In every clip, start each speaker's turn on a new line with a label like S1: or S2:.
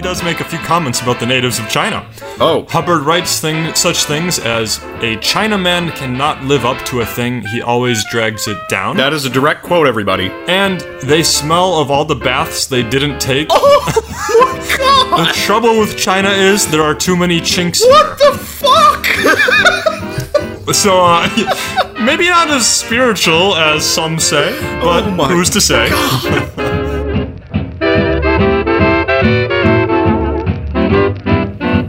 S1: does make a few comments about the natives of China.
S2: Oh,
S1: Hubbard writes thing, such things as a Chinaman cannot live up to a thing, he always drags it down.
S2: that is a direct quote, everybody.
S1: and they smell of all the baths they didn't take.
S2: Oh
S1: the trouble with China is there are too many chinks.
S2: What the fuck?
S1: here. So, uh, maybe not as spiritual as some say, but
S2: Oh my
S1: who's to say?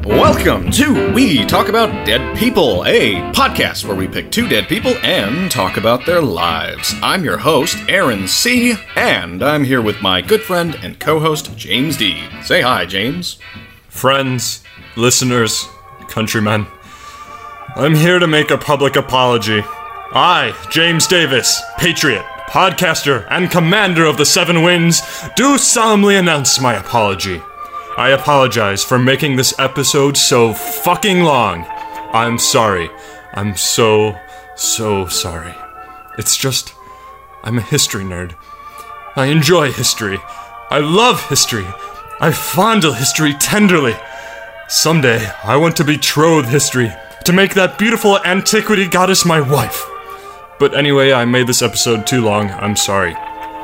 S2: Welcome to We Talk About Dead People, a podcast where we pick two dead people and talk about their lives. I'm your host, Aaron C., and I'm here with my good friend and co host, James D. Say hi, James.
S1: Friends, listeners, countrymen, I'm here to make a public apology. I, James Davis, patriot, podcaster, and commander of the Seven Winds, do solemnly announce my apology. I apologize for making this episode so fucking long. I'm sorry. I'm so, so sorry. It's just, I'm a history nerd. I enjoy history. I love history. I fondle history tenderly. Someday, I want to betroth history to make that beautiful antiquity goddess my wife. But anyway, I made this episode too long. I'm sorry.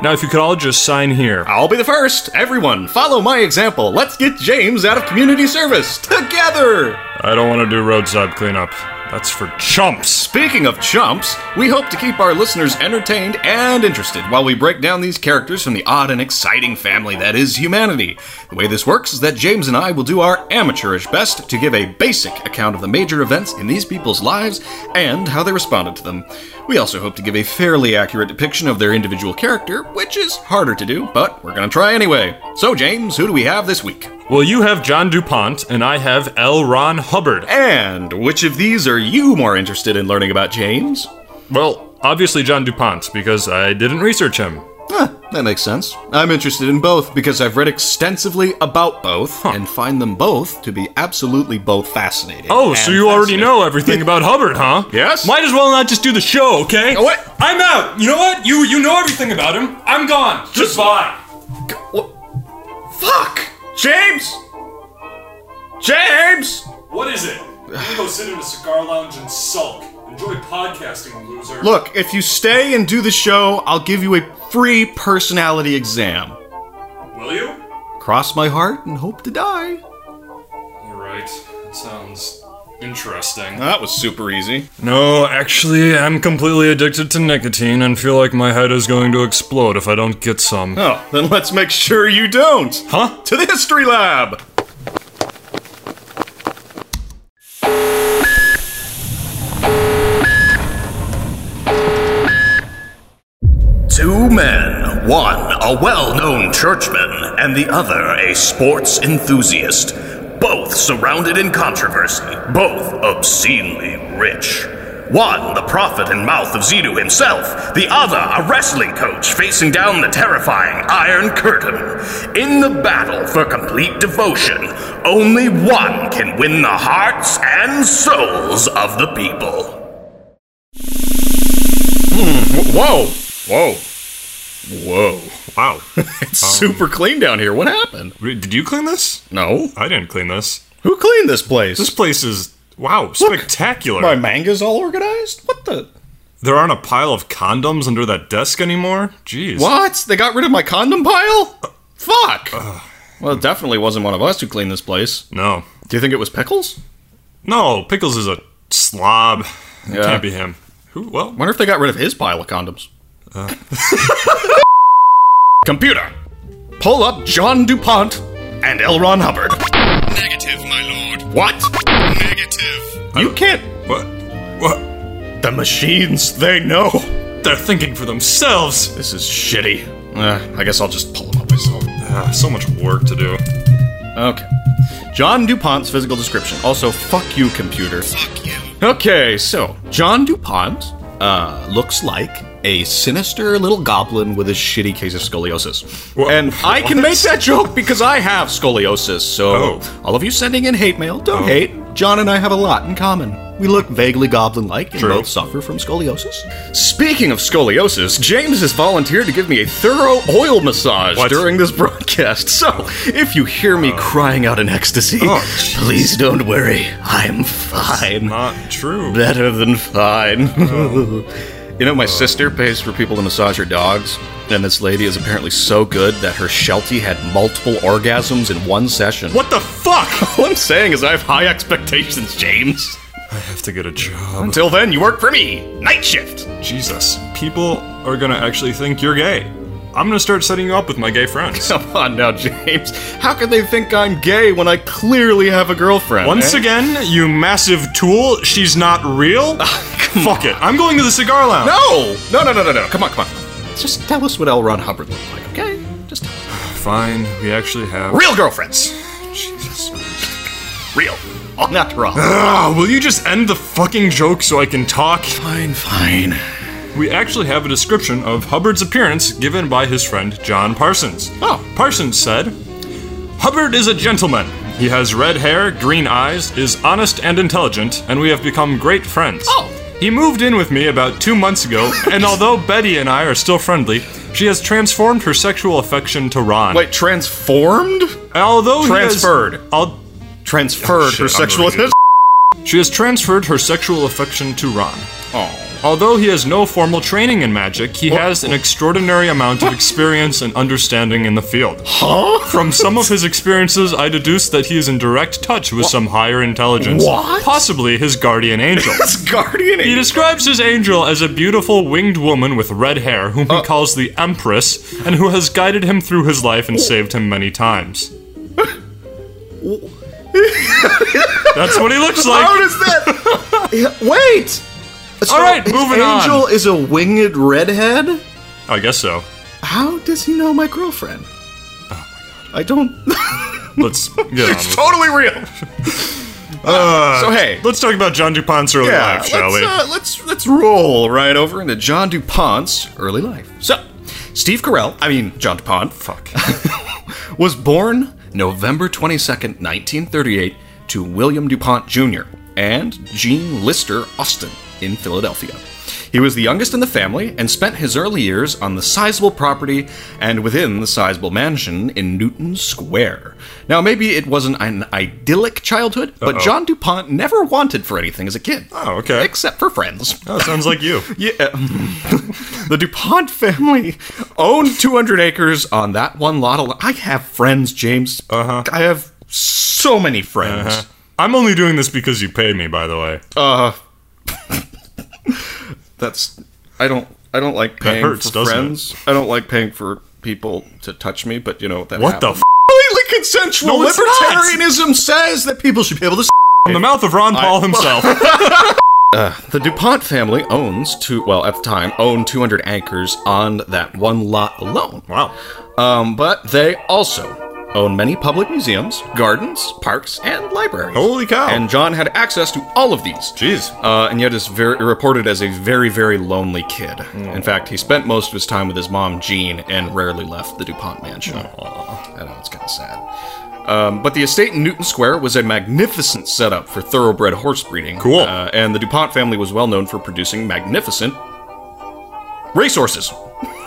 S1: Now, if you could all just sign here.
S2: I'll be the first. Everyone, follow my example. Let's get James out of community service together.
S1: I don't want to do roadside cleanup. That's for chumps.
S2: Speaking of chumps, we hope to keep our listeners entertained and interested while we break down these characters from the odd and exciting family that is humanity. The way this works is that James and I will do our amateurish best to give a basic account of the major events in these people's lives and how they responded to them. We also hope to give a fairly accurate depiction of their individual character, which is harder to do, but we're gonna try anyway. So, James, who do we have this week?
S1: Well, you have John DuPont, and I have L. Ron Hubbard.
S2: And which of these are you more interested in learning about, James?
S1: Well, obviously, John DuPont, because I didn't research him.
S2: Huh, that makes sense. I'm interested in both because I've read extensively about both and find them both to be absolutely both fascinating.
S1: Oh,
S2: and
S1: so you already
S2: fascinating.
S1: know everything about Hubbard, huh?
S2: Yes.
S1: Might as well not just do the show, okay?
S2: know what?
S1: I'm out. You know what? You you know everything about him. I'm gone. Just bye.
S2: Wha- Fuck! James! James!
S1: What is it? I'm gonna go sit in a cigar lounge and sulk. Enjoy podcasting, loser.
S2: Look, if you stay and do the show, I'll give you a free personality exam.
S1: Will you?
S2: Cross my heart and hope to die.
S1: All right. Sounds interesting.
S2: That was super easy.
S1: No, actually, I'm completely addicted to nicotine and feel like my head is going to explode if I don't get some.
S2: Oh, then let's make sure you don't.
S1: Huh?
S2: To the History Lab!
S3: Two men, one a well known churchman, and the other a sports enthusiast, both surrounded in controversy, both obscenely rich. One, the prophet and mouth of Zidu himself, the other, a wrestling coach facing down the terrifying Iron Curtain. In the battle for complete devotion, only one can win the hearts and souls of the people. Hmm,
S2: Whoa! Whoa! Whoa! Wow! it's super clean down here. What happened?
S1: Did you clean this?
S2: No.
S1: I didn't clean this.
S2: Who cleaned this place?
S1: This place is wow, spectacular.
S2: my manga's all organized. What the?
S1: There aren't a pile of condoms under that desk anymore. Jeez.
S2: What? They got rid of my condom pile? Fuck! well, it definitely wasn't one of us who cleaned this place.
S1: No.
S2: Do you think it was Pickles?
S1: No, Pickles is a slob. It
S2: Yeah.
S1: can't be him. Who? Well,
S2: Wonder if they got rid of his pile of condoms. Computer, pull up John Dupont and L. Ron Hubbard.
S4: Negative, my lord.
S2: What?
S4: Negative.
S2: You can't.
S1: what? What?
S2: The machines, they know.
S1: They're thinking for themselves.
S2: This is shitty. Uh, I guess I'll just pull him up myself.
S1: Ah, so much work to do.
S2: Okay. John DuPont's physical description. Also, fuck you, computer.
S4: Fuck you.
S2: Okay, so John DuPont uh, looks like a sinister little goblin with a shitty case of scoliosis.
S1: Wha-
S2: and I can make that joke because I have scoliosis. So,
S1: Oh.
S2: all of you sending in hate mail, don't hate. John and I have a lot in common. We look vaguely goblin like and
S1: True.
S2: both suffer from scoliosis. Speaking of scoliosis, James has volunteered to give me a thorough oil massage
S1: What?
S2: during this broadcast. So, if you hear me crying out in ecstasy,
S1: Oh,
S2: please don't worry. I'm fine.
S1: Not true.
S2: Better than fine.
S1: Oh.
S2: you know, my sister pays for people to massage her dogs, and this lady is apparently so good that her Sheltie had multiple orgasms in one session.
S1: What the fuck?
S2: All I'm saying is I have high expectations, James.
S1: I have to get a job.
S2: Until then, you work for me. Night shift.
S1: Jesus. People are gonna actually think you're gay. I'm gonna start setting you up with my gay friends.
S2: Come on now, James. How can they think I'm gay when I clearly have a girlfriend?
S1: Once
S2: eh?
S1: again, you massive tool, she's not real? Fuck it. I'm going to the cigar lounge.
S2: No! No, no, no, no, no. Come on, come on. Just tell us what L. Ron Hubbard looked like, okay? Just
S1: Fine, we actually have.
S2: real girlfriends.
S1: Jesus.
S2: Real. Oh, All natural.
S1: Ah, will you just end the fucking joke so I can talk?
S2: fine, fine.
S1: We actually have a description of Hubbard's appearance given by his friend John Parsons.
S2: Oh.
S1: Parsons said Hubbard is a gentleman. He has red hair, green eyes, is honest and intelligent, and we have become great friends.
S2: Oh.
S1: He moved in with me about two months ago, and although Betty and I are still friendly, she has transformed her sexual affection to Ron.
S2: Wait, transformed?
S1: although he has-
S2: Transferred.
S1: al-
S2: Transferred
S1: Oh, shit,
S2: her
S1: I'm
S2: sexual
S1: reading
S2: attention.
S1: she has transferred her sexual affection to Ron.
S2: Oh.
S1: Although he has no formal training in magic, he has an extraordinary amount of experience and understanding in the field.
S2: Huh?
S1: From some of his experiences, I deduce that he is in direct touch with some higher intelligence,
S2: What?
S1: possibly his guardian angel.
S2: That's guardian
S1: He
S2: angel.
S1: describes his angel as a beautiful winged woman with red hair, whom he
S2: Uh.
S1: calls the Empress, and who has guided him through his life and saved him many times. That's what he looks
S2: How
S1: like.
S2: does that? Yeah, Wait. So
S1: All right,
S2: his
S1: moving on.
S2: angel is a winged redhead.
S1: I guess so.
S2: How does he know my girlfriend?
S1: Oh
S2: I don't.
S1: Let's get on. with it.
S2: totally real. so hey,
S1: Uh, Let's talk about John DuPont's early
S2: yeah,
S1: life, shall
S2: let's,
S1: we?
S2: uh, let's let's roll right over into John DuPont's early life. So, Steve Carell, I mean John DuPont, fuck, was born November twenty second, nineteen thirty eight, to William DuPont Jr. and Jean Lister Austin in Philadelphia. He was the youngest in the family and spent his early years on the sizable property and within the sizable mansion in Newton Square. Now, maybe it wasn't an idyllic childhood, but
S1: Uh-oh.
S2: John DuPont never wanted for anything as a kid
S1: Oh, okay.
S2: except for friends.
S1: Oh, sounds like you.
S2: Yeah. the DuPont family owned 200 acres on that one lot. al- I have friends, James. Uh-huh. I have so many friends.
S1: I'm only doing this because you paid me, by the way.
S2: That's I don't I don't like paying
S1: hurts,
S2: for
S1: doesn't it?
S2: friends. I don't like paying for people to touch me, but you know that
S1: what the f?
S2: happened. completely consensual
S1: No, it's not.
S2: libertarianism says that people should be able to
S1: From the mouth of Ron Paul himself.
S2: The DuPont family owns two, well, at the time, owned 200 acres on that one lot alone.
S1: wow.
S2: Um, but they also own many public museums, gardens, parks, and libraries.
S1: Holy cow.
S2: And John had access to all of these.
S1: Jeez.
S2: Uh, and yet is very reported as a very, very lonely kid.
S1: Mm.
S2: In fact, he spent most of his time with his mom, Jean, and rarely left the DuPont mansion. I know, it's kind of sad. Um, but the estate in Newton Square was a magnificent setup for thoroughbred horse breeding.
S1: Cool.
S2: Uh, and the DuPont family was well known for producing magnificent racehorses.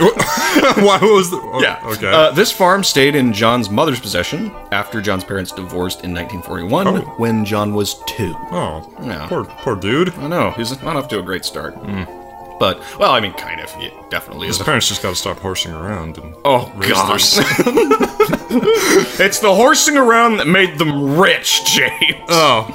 S1: Why was the? oh,
S2: Yeah.
S1: Okay.
S2: Uh, this farm stayed in John's mother's possession after John's parents divorced in 1941
S1: Oh.
S2: when John was two.
S1: oh,
S2: yeah.
S1: poor, poor dude.
S2: I know, he's not off to a great start. But, well, I mean, kind of. He definitely is.
S1: His parents just gotta stop horsing around. And
S2: Oh,
S1: raise their
S2: gosh.
S1: s-
S2: it's the horsing around that made them rich, James.
S1: oh,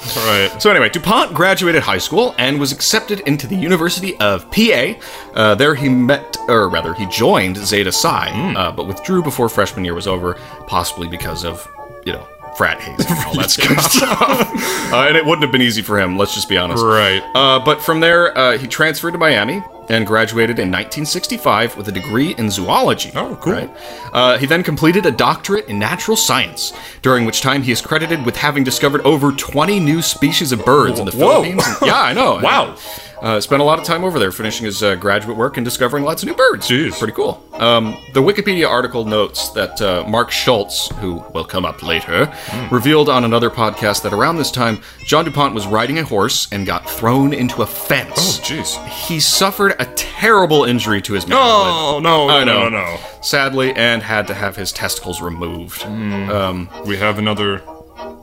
S1: right.
S2: So anyway, DuPont graduated high school and was accepted into the University of PA. Uh, there he met, or rather, he joined Zeta Psi, uh, but withdrew before freshman year was over, possibly because of, you know, frat hazing and all that kind of stuff. Uh, and it wouldn't have been easy for him, let's just be honest.
S1: Right.
S2: Uh, but from there, uh, he transferred to Miami and graduated in 1965 with a degree in zoology.
S1: Oh, cool.
S2: Uh, he then completed a doctorate in natural science, during which time he is credited with having discovered over 20 new species of birds in the
S1: Whoa.
S2: Philippines. yeah, I know.
S1: Wow.
S2: Uh, spent a lot of time over there finishing his uh, graduate work and discovering lots of new birds.
S1: Jeez.
S2: Pretty cool. Um, the Wikipedia article notes that uh, Mark Schultz, who will come up later,
S1: Hmm.
S2: revealed on another podcast that around this time, John DuPont was riding a horse and got thrown into a fence.
S1: Oh, jeez.
S2: He suffered a terrible injury to his manhood
S1: Oh, no, no,
S2: I
S1: no,
S2: know.
S1: no,
S2: sadly, and had to have his testicles removed.
S1: Hmm.
S2: Um,
S1: no. We have another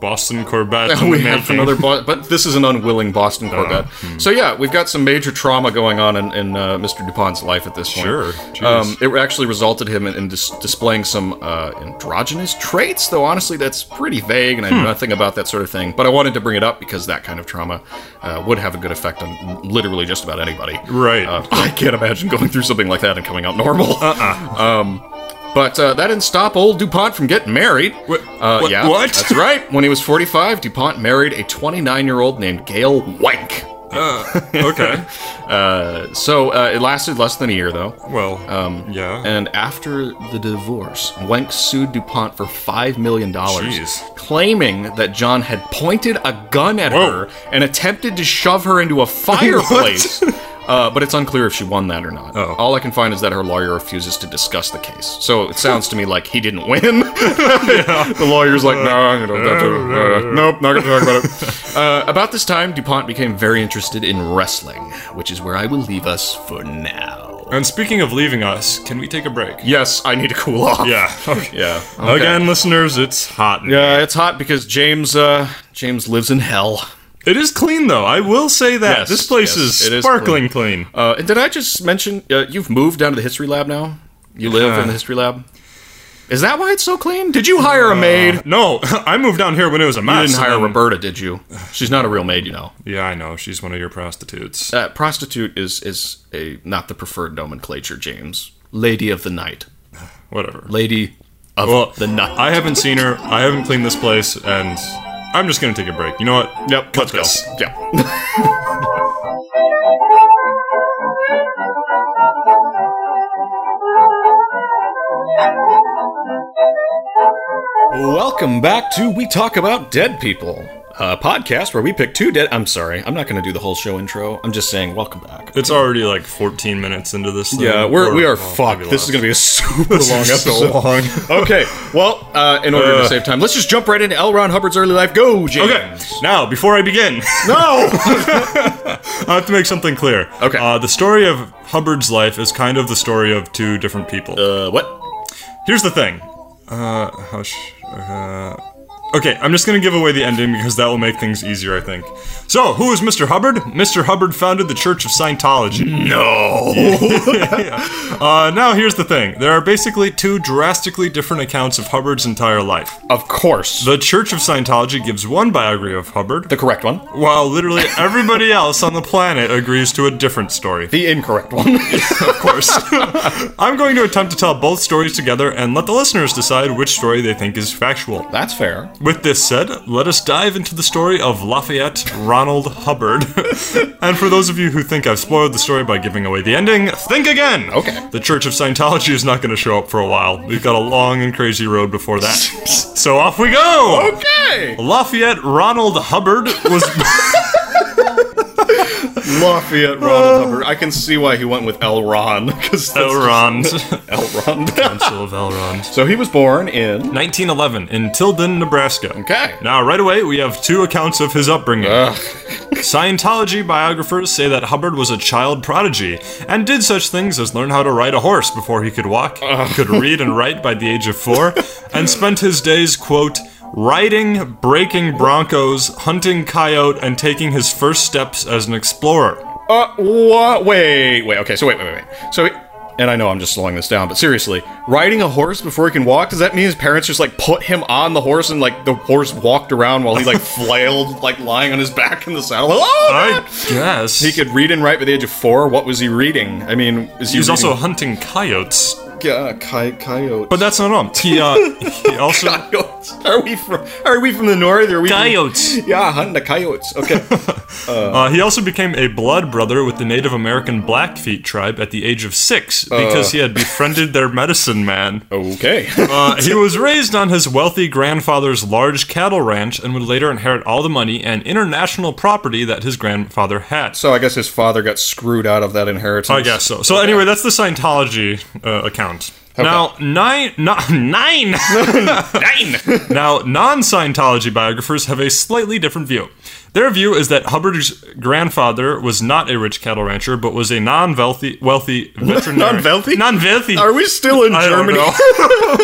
S1: Boston Corvette. in
S2: we
S1: the
S2: have
S1: making.
S2: another, Bo- but this is an unwilling Boston
S1: Oh.
S2: Corvette.
S1: Hmm.
S2: So yeah, we've got some major trauma going on in, in uh, Mr. Dupont's life at this point.
S1: Sure,
S2: Um,
S1: jeez.
S2: it actually resulted him in, in dis- displaying some uh, androgynous traits, though honestly, that's pretty vague, and I know
S1: Hmm.
S2: nothing about that sort of thing. But I wanted to bring it up because that kind of trauma uh, would have a good effect on literally just about anybody.
S1: Right.
S2: Uh, I can't imagine going through something like that and coming out normal. Uh-uh. Um, but uh, that didn't stop old DuPont from getting married.
S1: What-
S2: Uh,
S1: what-
S2: yeah,
S1: what?
S2: That's right. When he was 45, DuPont married a 29 year old named Gail Wank.
S1: okay.
S2: Uh, so uh, it lasted less than a year, though.
S1: Well, yeah.
S2: Um, And after the divorce, Wenck sued DuPont for $5 million,
S1: Jeez.
S2: claiming that John had pointed a gun at
S1: Whoa.
S2: her and attempted to shove her into a fireplace. Uh, but it's unclear if she won that or not.
S1: Oh.
S2: All I can find is that her lawyer refuses to discuss the case. So it sounds to me like he didn't win. the lawyer's like, no, you know, that's a- uh, nope, not going to talk about it. Uh, about this time, DuPont became very interested in wrestling, which is where I will leave us for now.
S1: And speaking of leaving us, can we take a break?
S2: Yes, I need to cool off.
S1: Yeah. Okay.
S2: Yeah.
S1: Again, listeners, it's hot. in
S2: Yeah, it's hot because James uh James lives in hell.
S1: It is clean though. I will say that
S2: Yes,
S1: this place
S2: yes, it
S1: is
S2: is
S1: sparkling clean.
S2: Uh and did I just mention uh, you've moved down to the history lab now? You live in the history lab? Is that why it's so clean? Did
S1: Uh,
S2: you hire a maid?
S1: No, I moved down here when it was a
S2: You
S1: mess.
S2: didn't hire
S1: and then-
S2: Roberta, did you? She's not a real maid, you know.
S1: Yeah, I know. She's one of your prostitutes.
S2: Uh, prostitute is is a not the preferred nomenclature, James. Lady of the night.
S1: Whatever.
S2: Lady of
S1: Well,
S2: the night.
S1: I haven't seen her. I haven't cleaned this place, and I'm just gonna take a break. You know what?
S2: Yep,
S1: Cut
S2: let's
S1: this.
S2: go. Yep. Welcome back to We Talk About Dead People, a podcast where we pick two dead. I'm sorry, I'm not going to do the whole show intro. I'm just saying, welcome back.
S1: It's already like 14 minutes into this. Thing.
S2: Yeah, we're, we
S1: Or-
S2: are
S1: well,
S2: fucked.
S1: maybe
S2: This is
S1: less.
S2: going to be a super long
S1: is so
S2: episode.
S1: long.
S2: okay, well, uh, in order
S1: Uh.
S2: to save time, let's just jump right into L. Ron Hubbard's early life. Go, James.
S1: Okay, now before I begin,
S2: No.
S1: I have to make something clear.
S2: Okay.
S1: Uh, the story of Hubbard's life is kind of the story of two different people.
S2: Uh, what?
S1: Here's the thing. Uh, hush. Uh, okay, I'm just gonna give away the ending because that will make things easier, I think. So, who is Mr. Hubbard? Mr. Hubbard founded the Church of Scientology.
S2: No.
S1: Uh, now, here's the thing. There are basically two drastically different accounts of Hubbard's entire life.
S2: of course. The,
S1: The Church of Scientology gives one biography of Hubbard,
S2: correct one.
S1: while literally everybody else on the planet agrees to a different story.
S2: The incorrect one.
S1: Of course. I'm going to attempt to tell both stories together and let the listeners decide which story they think is factual.
S2: That's fair.
S1: With this said, let us dive into the story of Lafayette Ronald Hubbard. and for those of you who think I've spoiled the story by giving away the ending, think again!
S2: Okay.
S1: The Church of Scientology is not going to show up for a while. We've got a long and crazy road before that. so off we go!
S2: Okay.
S1: Lafayette Ronald Hubbard was.
S2: Lafayette Ronald Hubbard. I can see why he went with L. Ron because
S1: Elrond.
S2: L. Ron.
S1: Council of Elrond.
S2: so he was born in.
S1: 1911 in Tilden, Nebraska.
S2: Okay.
S1: Now, right away, we have two accounts of his upbringing. Scientology biographers say that Hubbard was a child prodigy and did such things as learn how to ride a horse before he could walk, could read and write by the age of four, and spent his days, quote, riding, breaking broncos, hunting coyote, and taking his first steps as an explorer.
S2: Uh, what? Wait, wait. Okay, so wait, wait, wait. So, he- and I know I'm just slowing this down, but seriously, riding a horse before he can walk, does that mean his parents just like put him on the horse and like the horse walked around while he like flailed, like lying on his back in the saddle? Oh,
S1: I
S2: man!
S1: guess.
S2: He could read and write by the age of four. What was he reading? I mean, is he
S1: He was
S2: reading-
S1: also hunting coyotes,
S2: Yeah, coyote.
S1: but that's not all. uh, He, uh, he also.
S2: Are we from Are we from the north? Or are we from-
S5: Coyotes.
S2: yeah, hunting the coyotes. Okay.
S1: Uh, he also became a blood brother with the Native American Blackfeet tribe at the age of six because he had befriended their medicine man.
S2: okay.
S1: Uh, he was raised on his wealthy grandfather's large cattle ranch and would later inherit all the money and international property that his grandfather had.
S2: so I guess his father got screwed out of that inheritance.
S1: I guess so. So anyway, that's the Scientology uh, account. Now nine, no, nine.
S2: Nine.
S1: Now, non Scientology biographers have a slightly different view. Their view is that Hubbard's grandfather was not a rich cattle rancher, but was a non wealthy wealthy veterinarian.
S2: Non-wealthy?
S1: Non wealthy?
S2: Are we still in
S1: I don't
S2: Germany?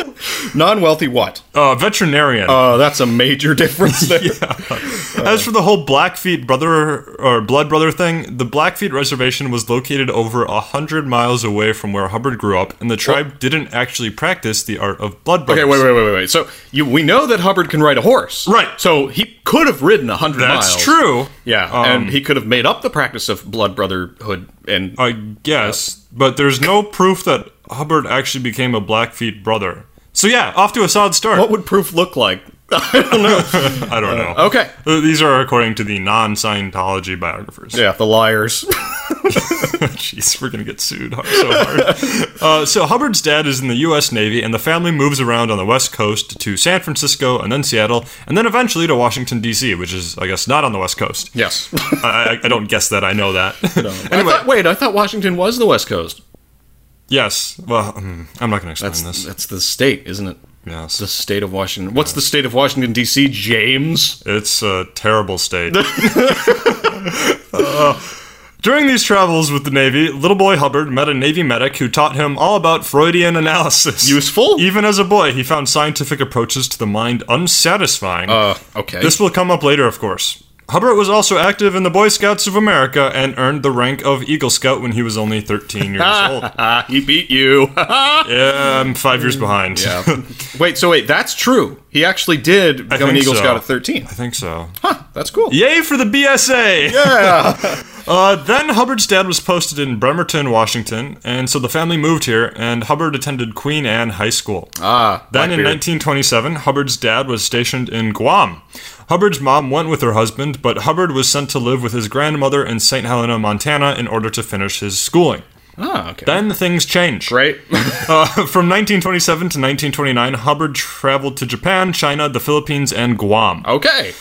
S2: Non-wealthy what?
S1: Uh, veterinarian.
S2: Oh, that's a major difference there.
S1: As for the whole Blackfeet brother or blood brother thing, the Blackfeet reservation was located over a hundred miles away from where Hubbard grew up, and the tribe didn't actually practice the art of blood brothers.
S2: Okay, wait, wait, wait, wait, wait. So you, we know that Hubbard can ride a horse,
S1: Right.
S2: So he could have ridden a hundred miles.
S1: That's true. Um,
S2: Yeah, and he could have made up the practice of blood brotherhood and
S1: I guess, but there's no proof that Hubbard actually became a Blackfeet brother. So yeah, off to a solid start.
S2: What would proof look like? I don't know.
S1: I don't know.
S2: okay.
S1: Uh, These are according to the non-Scientology biographers.
S2: Yeah, the liars.
S1: Jeez, we're gonna get sued hard- so hard. uh, so Hubbard's dad is in the U.S. Navy, and the family moves around on the West Coast to San Francisco and then Seattle, and then eventually to Washington D.C., which is, I guess, not on the West Coast.
S2: yes.
S1: I, I, I don't guess that. I know that.
S2: I thought, wait, I thought Washington was the West Coast.
S1: yes. Well, mm, I'm not gonna explain
S2: That's
S1: this. Uh,
S2: that's the state, isn't it?
S1: Yes.
S2: The state of Washington. What's the state of Washington D.C., James?
S1: It's a terrible state. Uh, during these travels with the Navy, little boy Hubbard met a Navy medic who taught him all about Freudian analysis.
S2: Useful.
S1: Even as a boy, he found scientific approaches to the mind unsatisfying.
S2: Uh, okay.
S1: This will come up later, of course. Hubbard was also active in the Boy Scouts of America and earned the rank of Eagle Scout when he was only 13 years old.
S2: ah, he beat you.
S1: Yeah, I'm five years behind.
S2: Yeah. wait, so wait, that's true. He actually did become an
S1: think
S2: Eagle
S1: so.
S2: Scout at 13.
S1: I think so.
S2: That's cool.
S1: Yay for the BSA! Yeah! uh, then Hubbard's dad was posted in Bremerton, Washington, and so the family moved here, and Hubbard attended Queen Anne High School. Ah. Then in 1927, Hubbard's dad was stationed in Guam. Hubbard's mom went with her husband, but Hubbard was sent to live with his grandmother in St. Helena, Montana, in order to finish his schooling.
S2: Ah, okay.
S1: Then things changed.
S2: right?
S1: Uh, from 1927 to 1929, Hubbard traveled to Japan, China, the Philippines, and Guam.
S2: okay.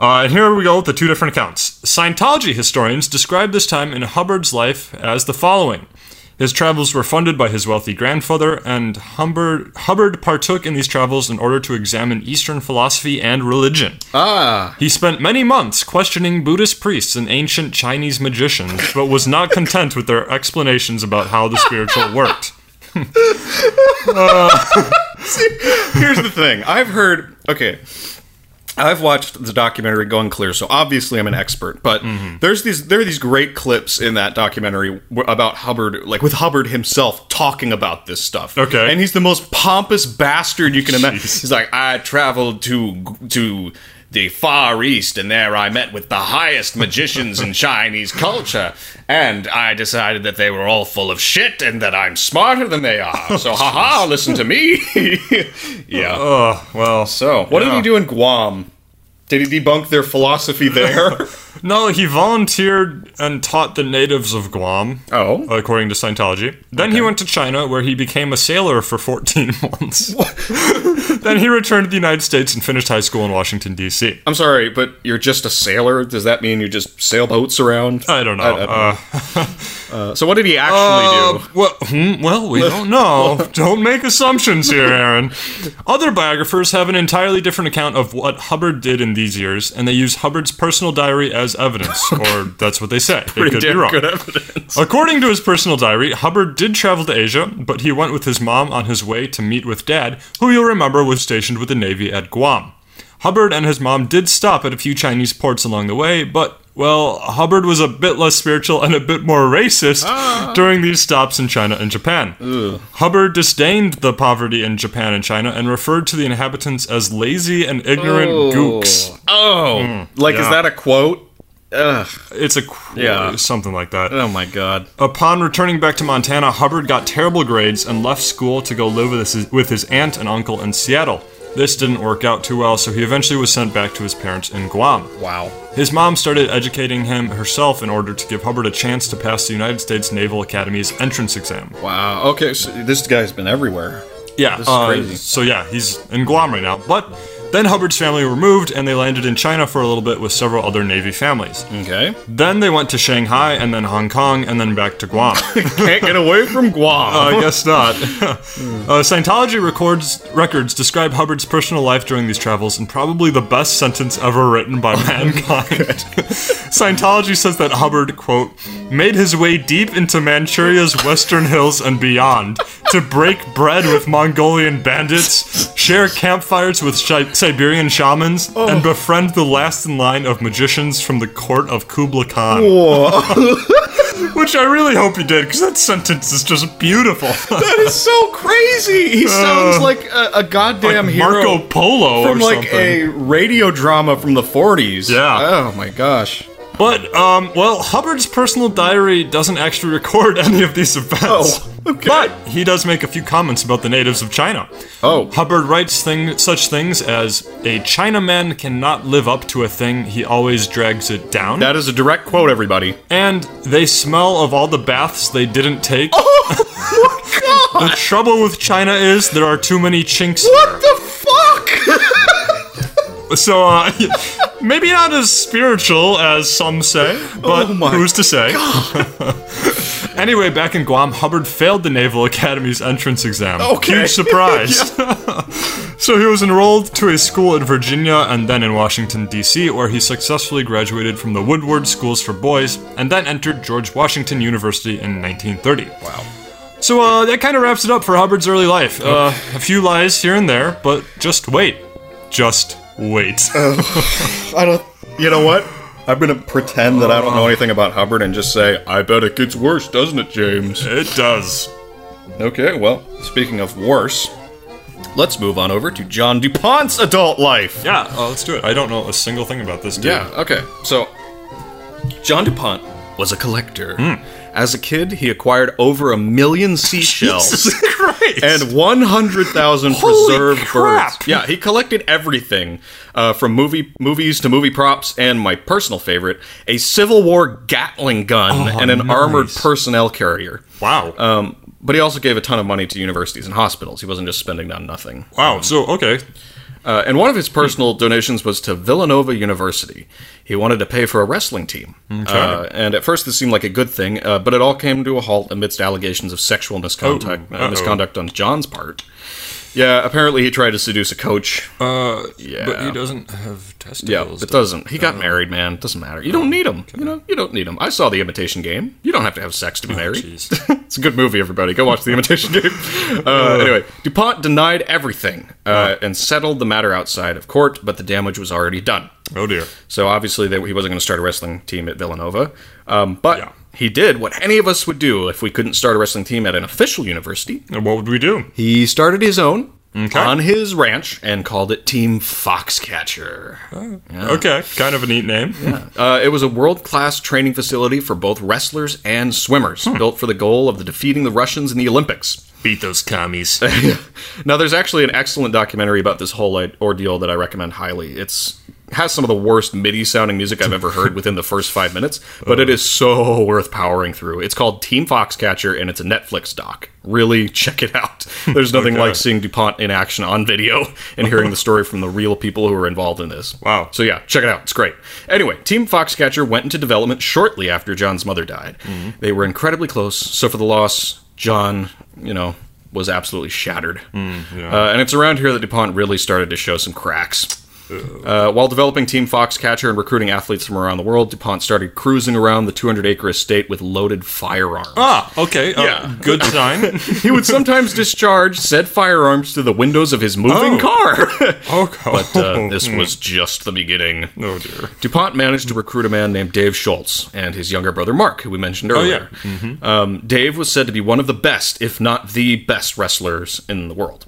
S1: Uh, and here we go with the two different accounts. Scientology historians describe this time in Hubbard's life as the following. His travels were funded by his wealthy grandfather, and Hubbard, Hubbard partook in these travels in order to examine Eastern philosophy and religion.
S2: Ah,
S1: He spent many months questioning Buddhist priests and ancient Chinese magicians, but was not content with their explanations about how the spiritual worked.
S2: here's the thing. I've heard. Okay. I've watched the documentary Going Clear, so obviously I'm an expert. But there's these there are these great clips in that documentary wh- about Hubbard, like with Hubbard himself talking about this stuff.
S1: Okay.
S2: and he's the most pompous bastard you can imagine. He's like, I traveled to to the Far East, and there I met with the highest magicians in Chinese culture, and I decided that they were all full of shit, and that I'm smarter than they are. So, haha, listen to me. yeah.
S1: Oh, well.
S2: So, what did
S1: Yeah.
S2: he do in Guam? Did he debunk their philosophy there?
S1: No, he volunteered and taught the natives of Guam.
S2: Oh.
S1: According to Scientology. Then he went to China, where he became a sailor for 14 months. then he returned to the United States and finished high school in Washington, D.C.
S2: I'm sorry, but you're just a sailor. Does that mean you just sail boats around?
S1: I don't know. uh,
S2: so, what did he actually do?
S1: Well, hmm, well, we don't know. don't make assumptions here, Aaron. Other biographers have an entirely different account of what Hubbard did in these years, and they use Hubbard's personal diary as evidence, or that's what they say. it could be wrong.
S2: evidence.
S1: According to his personal diary, Hubbard did travel to Asia, but he went with his mom on his way to meet with dad, who you'll remember was stationed with the Navy at Guam. Hubbard and his mom did stop at a few Chinese ports along the way, but, well, Hubbard was a bit less spiritual and a bit more racist during these stops in China and Japan. Hubbard disdained the poverty in Japan and China and referred to the inhabitants as lazy and ignorant gooks.
S2: Oh, like is
S1: yeah.
S2: that a quote?
S1: It's a qu-
S2: Yeah.
S1: something like that.
S2: Oh my god.
S1: Upon returning back to Montana, Hubbard got terrible grades and left school to go live with his, with his aunt and uncle in Seattle. This didn't work out too well, so he eventually was sent back to his parents in Guam.
S2: Wow.
S1: His mom started educating him herself in order to give Hubbard a chance to pass the United States Naval Academy's entrance exam.
S2: Wow. Okay, so this guy's been everywhere.
S1: Yeah, uh,
S2: This is crazy.
S1: So yeah, he's in Guam right now. But then Hubbard's family were moved and they landed in China for a little bit with several other Navy families.
S2: Okay.
S1: Then they went to Shanghai and then Hong Kong and then back to Guam.
S2: Can't get away from Guam.
S1: I guess not. uh, Scientology records records describe Hubbard's personal life during these travels in probably the best sentence ever written by mankind. Scientology says that Hubbard, quote, made his way deep into Manchuria's western hills and beyond to break bread with Mongolian bandits, share campfires with Shi- Siberian shamans, and befriend the last in line of magicians from the court of Kublai Khan. Which I really hope you did, because that sentence is just beautiful.
S2: that is so crazy. He sounds like a, a goddamn hero
S1: Marco Polo
S2: from
S1: or
S2: like
S1: something.
S2: a radio drama from the 40s.
S1: Yeah.
S2: Oh my gosh.
S1: But um, well, Hubbard's personal diary doesn't actually record any of these events.
S2: Oh, okay.
S1: But he does make a few comments about the natives of China.
S2: Oh.
S1: Hubbard writes thing, such things as a Chinaman cannot live up to a thing; he always drags it down.
S2: That is a direct quote, everybody.
S1: and they smell of all the baths they didn't take.
S2: Oh,
S1: the trouble with China is there are too many chinks.
S2: What the fuck?
S1: So, uh, maybe not as spiritual as some say, but
S2: Oh my
S1: who's to say? anyway, back in Guam, Hubbard failed the Naval Academy's entrance exam.
S2: Okay.
S1: Huge surprise. so, he was enrolled to a school in Virginia and then in Washington, D.C., where he successfully graduated from the Woodward Schools for Boys and then entered George Washington University in 1930.
S2: Wow.
S1: So, uh, that kind of wraps it up for Hubbard's early life. Uh, a few lies here and there, but just wait. Just wait.
S2: I don't. You know what? I'm gonna pretend that I don't know anything about Hubbard and just say, I bet it gets worse, doesn't it, James?
S1: It does.
S2: Okay, well, speaking of worse, let's move on over to John DuPont's adult life.
S1: Yeah, uh, let's do it. I don't know a single thing about this dude.
S2: Yeah, okay. So, John DuPont was a collector. As a kid, he acquired over a million seashells.
S1: Christ.
S2: and 100,000
S1: Holy
S2: preserved
S1: crap.
S2: birds. Yeah, he collected everything uh, from movie movies to movie props and my personal favorite, a Civil War Gatling gun
S1: Oh,
S2: and an armored
S1: nice.
S2: personnel carrier.
S1: wow.
S2: Um, but he also gave a ton of money to universities and hospitals. He wasn't just spending on nothing.
S1: wow. So okay.
S2: Uh, and one of his personal donations was to Villanova University. He wanted to pay for a wrestling team. Uh, and at first, this seemed like a good thing, uh, but it all came to a halt amidst allegations of sexual misconduct,
S1: Uh-oh.
S2: uh, misconduct on John's part. Yeah, apparently he tried to seduce a coach.
S1: Uh, But
S2: Yeah.
S1: he doesn't have testicles.
S2: yeah, it doesn't. He got married, man. It doesn't matter. You don't need him. You know, you don't need him. I saw The Imitation Game. You don't have to have sex to be married.
S1: jeez.
S2: it's a good movie, everybody. Go watch The Imitation Game. Uh, anyway, DuPont denied everything uh, and settled the matter outside of court, but the damage was already done.
S1: Oh dear.
S2: So obviously, that he wasn't going to start a wrestling team at Villanova, um, but
S1: Yeah.
S2: he did what any of us would do if we couldn't start a wrestling team at an official university.
S1: And what would we do?
S2: He started his own on his ranch and called it Team Foxcatcher.
S1: Okay. Kind of a neat name.
S2: Uh, it was a world-class training facility for both wrestlers and swimmers,
S1: Hmm.
S2: built for the goal of the defeating the Russians in the Olympics.
S1: Beat those commies.
S2: Now, there's actually an excellent documentary about this whole like, ordeal that I recommend highly. It's has some of the worst MIDI sounding music I've ever heard within the first five minutes, but
S1: Uh.
S2: it is so worth powering through. It's called Team Foxcatcher, and it's a Netflix doc. Really, check it out. There's nothing
S1: Okay.
S2: like seeing DuPont in action on video and hearing the story from the real people who were involved in this.
S1: Wow.
S2: So yeah, check it out. It's great. Anyway, Team Foxcatcher went into development shortly after John's mother died. They were incredibly close, so for the loss, John, you know, was absolutely shattered. uh, and it's around here that DuPont really started to show some cracks. Uh, while developing Team Foxcatcher and recruiting athletes from around the world, DuPont started cruising around the 200 acre estate with loaded firearms.
S1: ah. Okay. Uh,
S2: Yeah.
S1: Good sign.
S2: He would sometimes discharge said firearms through the windows of his moving car.
S1: okay.
S2: but uh, this was just the beginning.
S1: oh dear.
S2: DuPont managed to recruit a man named Dave Schultz and his younger brother Mark, who we mentioned earlier. Um, Dave was said to be one of the best, if not the best, wrestlers in the world.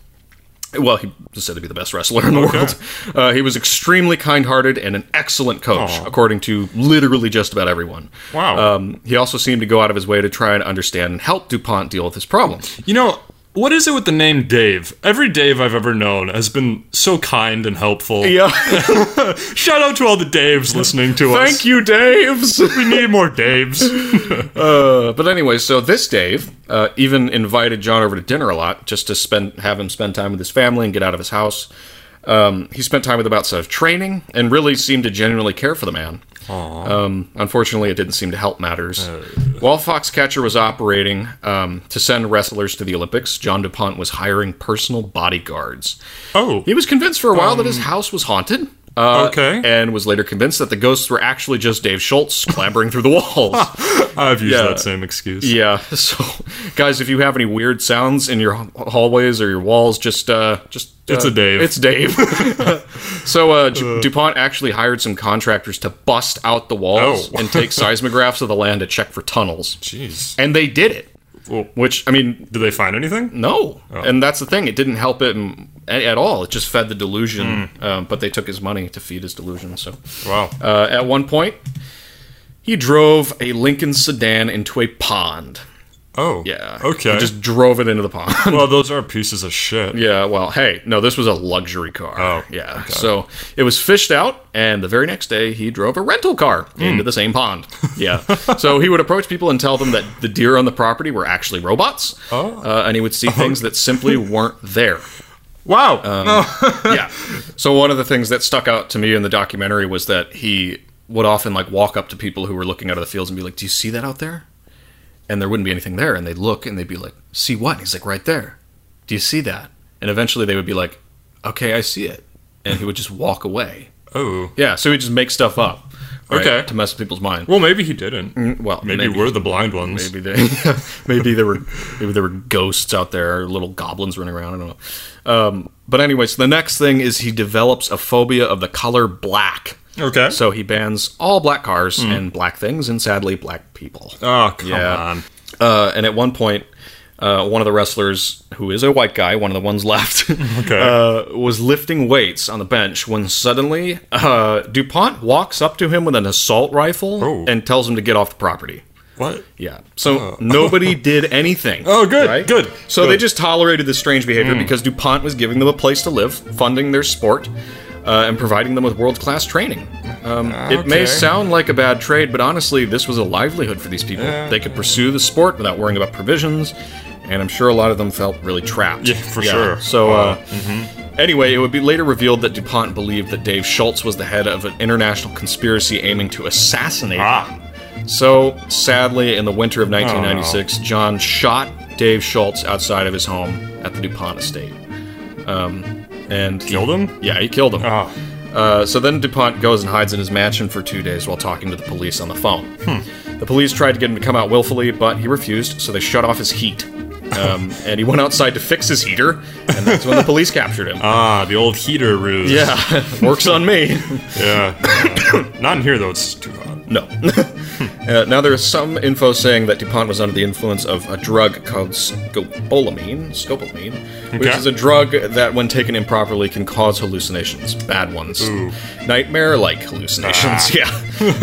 S2: Well, he was said to be the best wrestler in the world. Uh, he was extremely kind hearted and an excellent coach, according to literally just about everyone.
S1: Wow.
S2: Um, he also seemed to go out of his way to try and understand and help DuPont deal with his problems.
S1: You know, What is it with the name Dave? Every Dave I've ever known has been so kind and helpful.
S2: Yeah.
S1: Shout out to all the Daves listening to us.
S2: Thank you, Dave's.
S1: We need more Daves.
S2: Uh, but anyway, so this Dave uh, even invited John over to dinner a lot just to spend have him spend time with his family and get out of his house. Um, he spent time with him outside of training and really seemed to genuinely care for the man. Um, unfortunately, it didn't seem to help matters. While Foxcatcher was operating um, to send wrestlers to the Olympics, John DuPont was hiring personal bodyguards.
S1: Oh,
S2: He was convinced for a while that his house was haunted. Uh,
S1: Okay.
S2: And was later convinced that the ghosts were actually just Dave Schultz clambering through the walls.
S1: I've used
S2: yeah.
S1: that same excuse.
S2: Yeah. So, guys, if you have any weird sounds in your h- hallways or your walls, just uh, just uh,
S1: It's a Dave.
S2: It's Dave. so uh, Du- Dupont actually hired some contractors to bust out the walls
S1: Oh.
S2: and take seismographs of the land to check for tunnels,
S1: Jeez.
S2: and they did it.
S1: Well,
S2: Which I mean,
S1: did they find anything?
S2: no,
S1: Oh.
S2: and that's the thing. It didn't help it m- a- at all. It just fed the delusion.
S1: Hmm.
S2: Um, but they took his money to feed his delusion. So.
S1: Wow.
S2: Uh, at one point, he drove a Lincoln sedan into a pond.
S1: oh.
S2: Yeah.
S1: Okay.
S2: He just drove it into the pond.
S1: well, those are pieces of shit.
S2: yeah, well, hey, no, this was a luxury car.
S1: Oh,
S2: yeah. So it was fished out, and the very next day he drove a rental car
S1: Hmm.
S2: into the same pond. Yeah. so he would approach people and tell them that the deer on the property were actually robots, oh. uh, and he would see things that simply weren't there.
S1: Wow.
S2: Uh, yeah. So one of the things that stuck out to me in the documentary was that he would often like walk up to people who were looking out of the fields and be like, "Do you see that out there?" And there wouldn't be anything there, and they'd look and they'd be like, "See what?" And he's like, "Right there. Do you see that?" And eventually they would be like, "Okay, I see it," and he would just walk away.
S1: oh.
S2: Yeah. So he would just make stuff up. right,
S1: Okay.
S2: To mess with people's mind.
S1: Well, maybe he didn't.
S2: Well,
S1: Maybe, we're the blind ones.
S2: Maybe they, maybe there were, maybe there were ghosts out there, or little goblins running around. I don't know. Um, but anyways, the next thing is he develops a phobia of the color black.
S1: Okay. Hmm.
S2: So he bans all black cars and black things, and sadly, black people.
S1: Oh, come
S2: Yeah.
S1: on.
S2: Uh, and at one point, uh, one of the wrestlers, who is a white guy, one of the ones left,
S1: Okay.
S2: uh, was lifting weights on the bench when suddenly uh, Dupont walks up to him with an assault rifle
S1: Oh.
S2: and tells him to get off the property.
S1: What?
S2: Yeah. So nobody did anything.
S1: Oh, good, good,
S2: So
S1: good. Hmm.
S2: they just tolerated this strange behavior because DuPont was giving them a place to live, funding their sport, uh, and providing them with world class training. Um, It
S1: Okay.
S2: may sound like a bad trade, but honestly, this was a livelihood for these people. They could pursue the sport without worrying about provisions, and I'm sure a lot of them felt really trapped.
S1: Yeah, for sure. Mm-hmm.
S2: So, uh, Anyway, it would be later revealed that DuPont believed that Dave Schultz was the head of an international conspiracy aiming to assassinate
S1: Ah.
S2: so, sadly, in the winter of 1996, John shot Dave Schultz outside of his home at the DuPont estate. Um, and he-
S1: Killed him?
S2: Yeah, he killed him.
S1: Ah.
S2: Uh, so then DuPont goes and hides in his mansion for two days while talking to the police on the phone. The police tried to get him to come out willfully, but he refused, so they shut off his heat. Um, and he went outside to fix his heater, and that's when the police captured him.
S1: Ah, the old heater ruse.
S2: yeah, works on me.
S1: Yeah. Not in here though. It's too hot.
S2: No. uh, now, there is some info saying that DuPont was under the influence of a drug called scopolamine, scopolamine which
S1: Okay.
S2: is a drug that, when taken improperly, can cause hallucinations, bad ones, nightmare-like hallucinations. Yeah.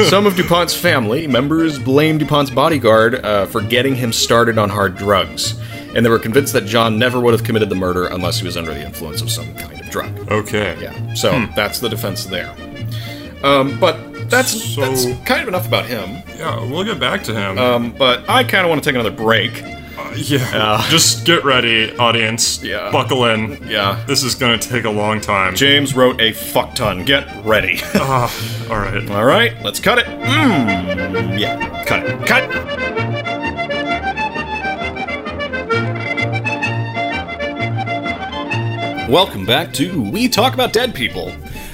S2: some of DuPont's family members blame DuPont's bodyguard uh, for getting him started on hard drugs, and they were convinced that John never would have committed the murder unless he was under the influence of some kind of drug.
S1: Okay.
S2: Yeah. Hmm. So that's the defense there. Um, but that's
S1: So-
S2: that's kind of enough about him.
S1: Yeah. We'll get back to him.
S2: Um, but I kind of want to take another break.
S1: yeah. Just get ready, audience.
S2: Yeah.
S1: Buckle in.
S2: Yeah.
S1: This is gonna take a long time.
S2: James wrote a fuck ton. Get ready.
S1: Ah, all right.
S2: All right, let's cut it. Mm, yeah, cut it. Cut. Welcome back to We Talk About Dead People,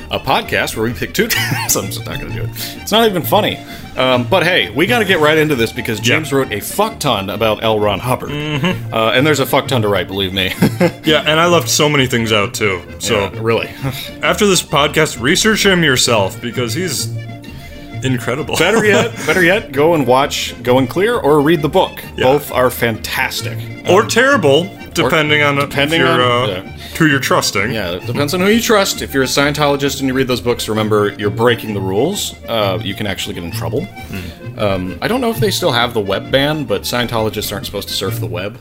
S2: a podcast where we pick two. I'm just not going to do it. It's not even funny. Um, but hey, we got to get right into this because James wrote a fuck ton about L. Ron Hubbard, uh, and there's a fuck ton to write. Believe me.
S1: Yeah, and I left so many things out too. So
S2: Yeah, really,
S1: after this podcast, research him yourself because he's incredible.
S2: better yet, better yet, go and watch Going Clear or read the book. Both are fantastic.
S1: or terrible, depending on
S2: um, depending
S1: if you're,
S2: on-
S1: uh,
S2: yeah.
S1: who you're trusting.
S2: Yeah, it depends on who you trust. If you're a Scientologist and you read those books, remember you're breaking the rules. Uh, you can actually get in Hmm. trouble. Um, I don't know if they still have the web ban, but Scientologists aren't supposed to surf the web.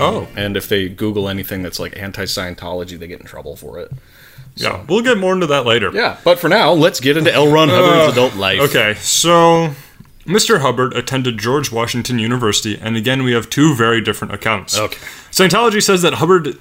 S1: Oh.
S2: And if they Google anything that's like anti Scientology, they get in trouble for it.
S1: Yeah. We'll get more into that later.
S2: Yeah, Uh, but for now, let's get into L. Ron Hubbard's adult life.
S1: Okay, so Mr. Hubbard attended George Washington University, and again, we have two very different accounts.
S2: Okay.
S1: Scientology says that Hubbard.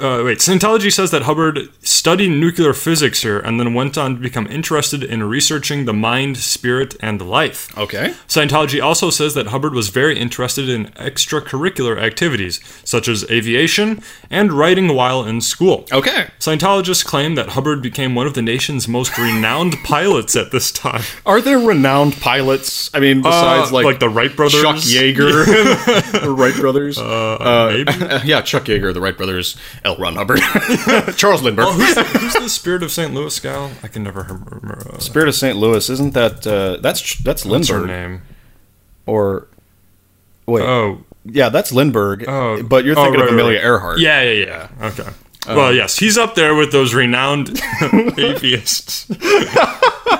S1: Uh, wait, Scientology says that Hubbard studied nuclear physics here and then went on to become interested in researching the mind, spirit, and life.
S2: Okay.
S1: Scientology also says that Hubbard was very interested in extracurricular activities, such as aviation and writing while in school.
S2: Okay.
S1: Scientologists claim that Hubbard became one of the nation's most renowned pilots at this time.
S2: Are there renowned pilots? I mean, besides
S1: Uh,
S2: like,
S1: like the Wright brothers?
S2: Chuck Yeager, the Wright brothers.
S1: Maybe.
S2: Uh, yeah, Chuck Yeager, the Wright brothers, L. Ron Hubbard, Charles Lindbergh.
S1: who's, the, who's the spirit of St. Louis gal? I can never remember uh,
S2: Spirit of St. Louis, isn't that uh, that's that's
S1: what's her
S2: Lindbergh
S1: name.
S2: or wait?
S1: Oh,
S2: yeah, that's Lindbergh.
S1: Oh.
S2: but you're
S1: Oh,
S2: thinking
S1: right,
S2: of
S1: right,
S2: Amelia
S1: right.
S2: Earhart.
S1: yeah, yeah, yeah. Okay.
S2: Um,
S1: well, yes, he's up there with those renowned atheists.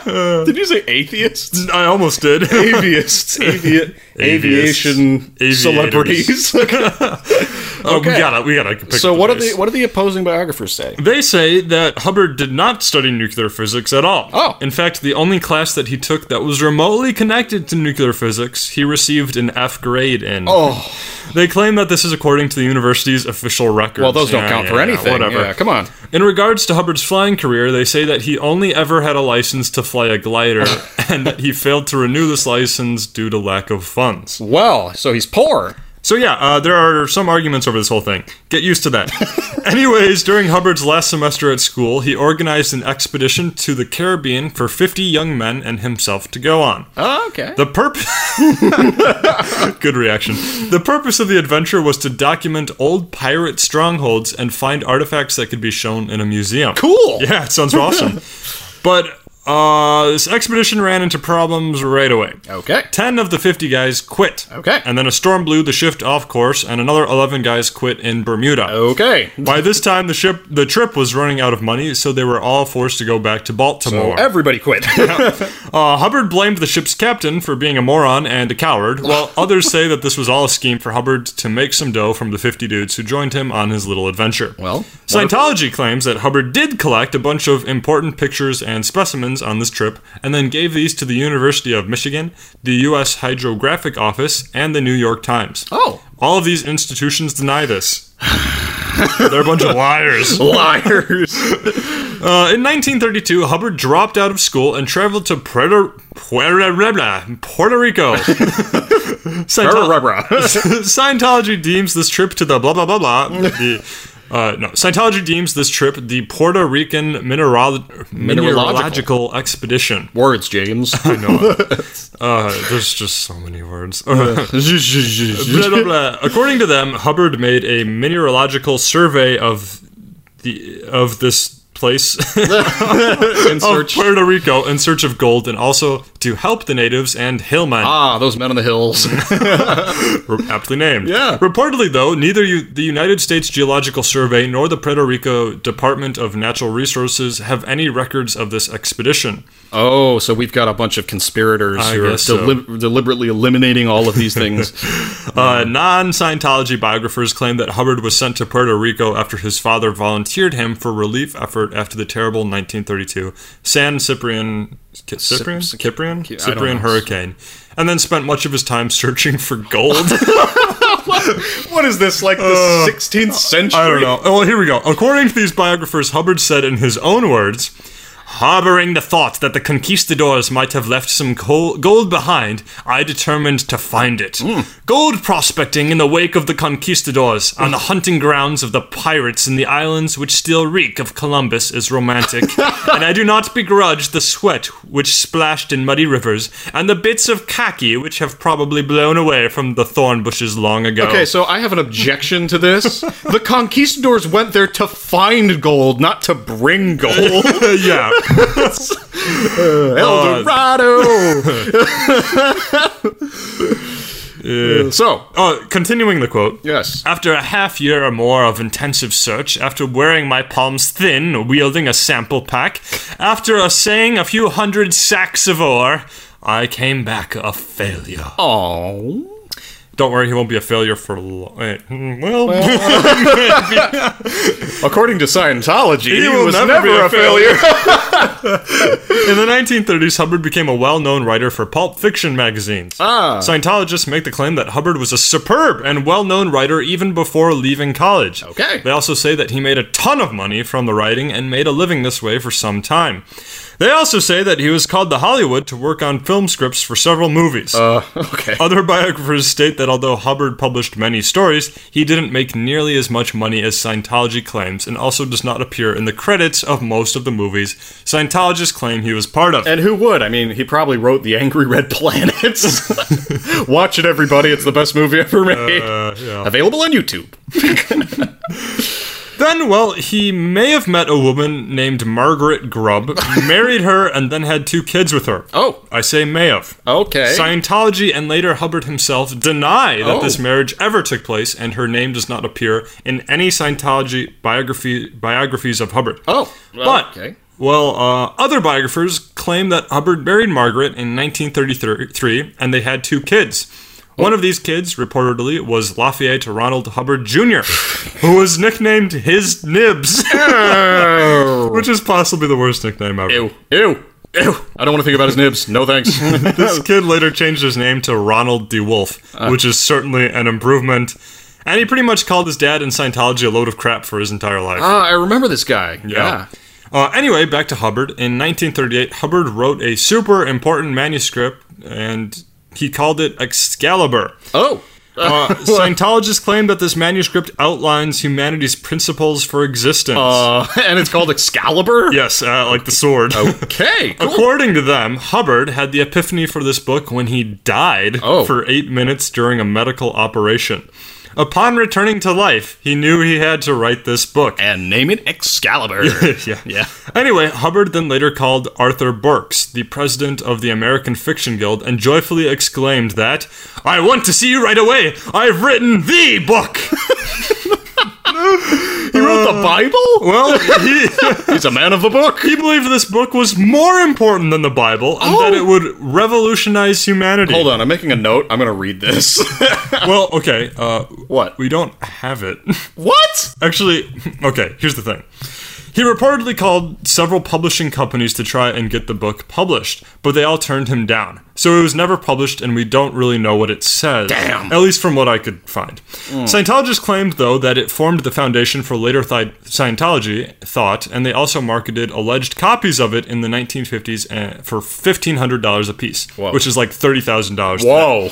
S2: Did you say atheists?
S1: I almost did.
S2: Aviasts, avi- aviation
S1: Aviators.
S2: celebrities.
S1: Oh, we
S2: Okay.
S1: gotta, we gotta. Pick
S2: so
S1: up
S2: what
S1: the
S2: do
S1: pace.
S2: the what do the opposing biographers say?
S1: They say that Hubbard did not study nuclear physics at all.
S2: Oh.
S1: In fact, the only class that he took that was remotely connected to nuclear physics, he received an F grade in.
S2: Oh.
S1: They claim that this is according to the university's official records.
S2: Well, those don't
S1: Yeah,
S2: count
S1: yeah,
S2: for
S1: yeah,
S2: anything.
S1: whatever.
S2: Yeah, come on.
S1: In regards to Hubbard's flying career, they say that he only ever had a license to fly a glider and that he failed to renew this license due to lack of funds.
S2: Well, so he's poor.
S1: So yeah, uh, there are some arguments over this whole thing. Get used to that. Anyways, during Hubbard's last semester at school, he organized an expedition to the Caribbean for 50 young men and himself to go on.
S2: Oh, okay.
S1: The purpose. Good reaction. The purpose of the adventure was to document old pirate strongholds and find artifacts that could be shown in a museum.
S2: cool.
S1: Yeah, it sounds awesome. but uh, this expedition ran into problems right away.
S2: Okay.
S1: 10 of the 50 guys quit.
S2: Okay.
S1: And then a storm blew the shift off course, and another 11 guys quit in Bermuda.
S2: Oh. Okay.
S1: By this time, the ship, the trip was running out of money, so they were all forced to go back to Baltimore.
S2: Everybody quit.
S1: uh, Hubbard blamed the ship's captain for being a moron and a coward, while others say that this was all a scheme for Hubbard to make some dough from the 50 dudes who joined him on his little adventure.
S2: Well,
S1: Scientology claims that Hubbard did collect a bunch of important pictures and specimens on this trip and then gave these to the University of Michigan, the U.S. Hydrographic Office, and the New York Times.
S2: oh,
S1: All of these institutions deny this. They're a bunch of liars.
S2: liars.
S1: Uh, in 1932, Hubbard dropped out of school and traveled to Puerto, Puerto, Puerto Rico. Scientol- Scientology deems this trip to the blah blah blah blah. The, uh, no, Scientology deems this trip the Puerto Rican mineralo- mineralogical expedition.
S2: Words, James.
S1: Uh, there's just so many words. Blah, blah, blah. According to them, Hubbard made a mineralogical survey of the of this place
S2: In
S1: of
S2: search.
S1: Puerto Rico in search of gold and also to help the natives and hillmen.
S2: Ah, those men on the hills.
S1: aptly named.
S2: Yeah.
S1: Reportedly, though, neither U- the United States Geological Survey nor the Puerto Rico Department of Natural Resources have any records of this expedition.
S2: oh, so we've got a bunch of conspirators who are
S1: guess so.
S2: deli- deliberately eliminating all of these things.
S1: Uh,
S2: Hmm.
S1: non Scientology biographers claim that Hubbard was sent to Puerto Rico after his father volunteered him for relief effort after the terrible 1932 San Cyprian. Ki- Cyprian? Cyprian?
S2: don't
S1: Cyprian
S2: know.
S1: hurricane. And then spent much of his time searching for gold.
S2: what is this, like the 16th century?
S1: I don't know. Well, here we go. According to these biographers, Hubbard said in his own words, harboring the thought that the conquistadors might have left some coal- gold behind, I determined to find it. Gold prospecting in the wake of the conquistadors on the hunting grounds of the pirates in the islands which still reek of Columbus is romantic, and I do not begrudge the sweat which splashed in muddy rivers and the bits of khaki which have probably blown away from the thorn bushes long ago.
S2: Okay, so I have an objection to this. the conquistadors went there to find gold, not to bring gold.
S1: yeah.
S2: El Dorado. So,
S1: Uh, continuing the quote.
S2: yes.
S1: After a half year or more of intensive search, after wearing my palms thin, wielding a sample pack, after assaying a few hundred sacks of ore, I came back a failure.
S2: Oh.
S1: Don't worry, he won't be a failure for long. Well,
S2: According to Scientology,
S1: He
S2: he,
S1: will
S2: was
S1: never
S2: never,
S1: be a
S2: a failure.
S1: in the 1930s, Hubbard became a well-known writer for pulp fiction magazines. Ah. Scientologists make the claim that Hubbard was a superb and well-known writer even before leaving college.
S2: Okay.
S1: They also say that he made a ton of money from the writing and made a living this way for some time. They also say that he was called to Hollywood to work on film scripts for several movies.
S2: Uh. okay.
S1: Other biographers state that although Hubbard published many stories, he didn't make nearly as much money as Scientology claims and also does not appear in the credits of most of the movies Scientologists claim he was part of.
S2: And who would? I mean, he probably wrote The Angry Red Planets. Watch it, everybody. It's the best movie ever made. Available on YouTube.
S1: then, well, he may have met a woman named Margaret Grubb, married her, and then had two kids with her.
S2: Oh.
S1: I say may have.
S2: Okay.
S1: Scientology and later Hubbard himself deny that
S2: Oh.
S1: this marriage ever took place, and her name does not appear in any Scientology biography, biographies of Hubbard.
S2: oh. well,
S1: But,
S2: Okay.
S1: well, uh, other biographers claim that Hubbard married Margaret in 1933 and they had two kids.
S2: Oh.
S1: One of these kids, reportedly, was Lafayette Ronald Hubbard Jr., who was nicknamed His Nibs,
S2: Oh.
S1: which is possibly the worst nickname ever.
S2: Ew. Ew. Ew. I don't want to think about his nibs. No thanks.
S1: This kid later changed his name to Ronald DeWolf,
S2: Uh.
S1: which is certainly an improvement. And he pretty much called his dad in Scientology a load of crap for his entire life.
S2: Ah, I remember this guy.
S1: Yeah.
S2: Yeah.
S1: Uh, anyway, back to Hubbard. In 1938, Hubbard wrote a super important manuscript, and he called it Excalibur.
S2: Oh.
S1: Uh, Scientologists claim that this manuscript outlines humanity's principles for existence.
S2: Uh, and it's called Excalibur?
S1: yes, uh, like the sword.
S2: Okay. Cool.
S1: According to them, Hubbard had the epiphany for this book when he died
S2: Oh.
S1: for eight minutes during a medical operation. Upon returning to life, he knew he had to write this book.
S2: And name it Excalibur.
S1: yeah.
S2: yeah.
S1: Anyway, Hubbard then later called Arthur Burks, the president of the American Fiction Guild, and joyfully exclaimed that, I want to see you right away! I've written THE book!
S2: He wrote the Bible?
S1: Well, he,
S2: He's a man of the book.
S1: he believed this book was more important than the Bible and that
S2: Oh.
S1: it would revolutionize humanity.
S2: Hold on, I'm making a note. I'm going to read this.
S1: Well, okay, uh,
S2: what?
S1: we don't have it.
S2: What?
S1: Actually, okay, here's the thing. He reportedly called several publishing companies to try and get the book published, but they all turned him down. So it was never published, and we don't really know what it says.
S2: Damn. Hmm.
S1: At least from what I could find. Scientologists claimed, though, that it formed the foundation for later thi- Scientology thought, and they also marketed alleged copies of it in the 1950s uh, for $1,500 apiece, which is like $30,000. today.
S2: Whoa.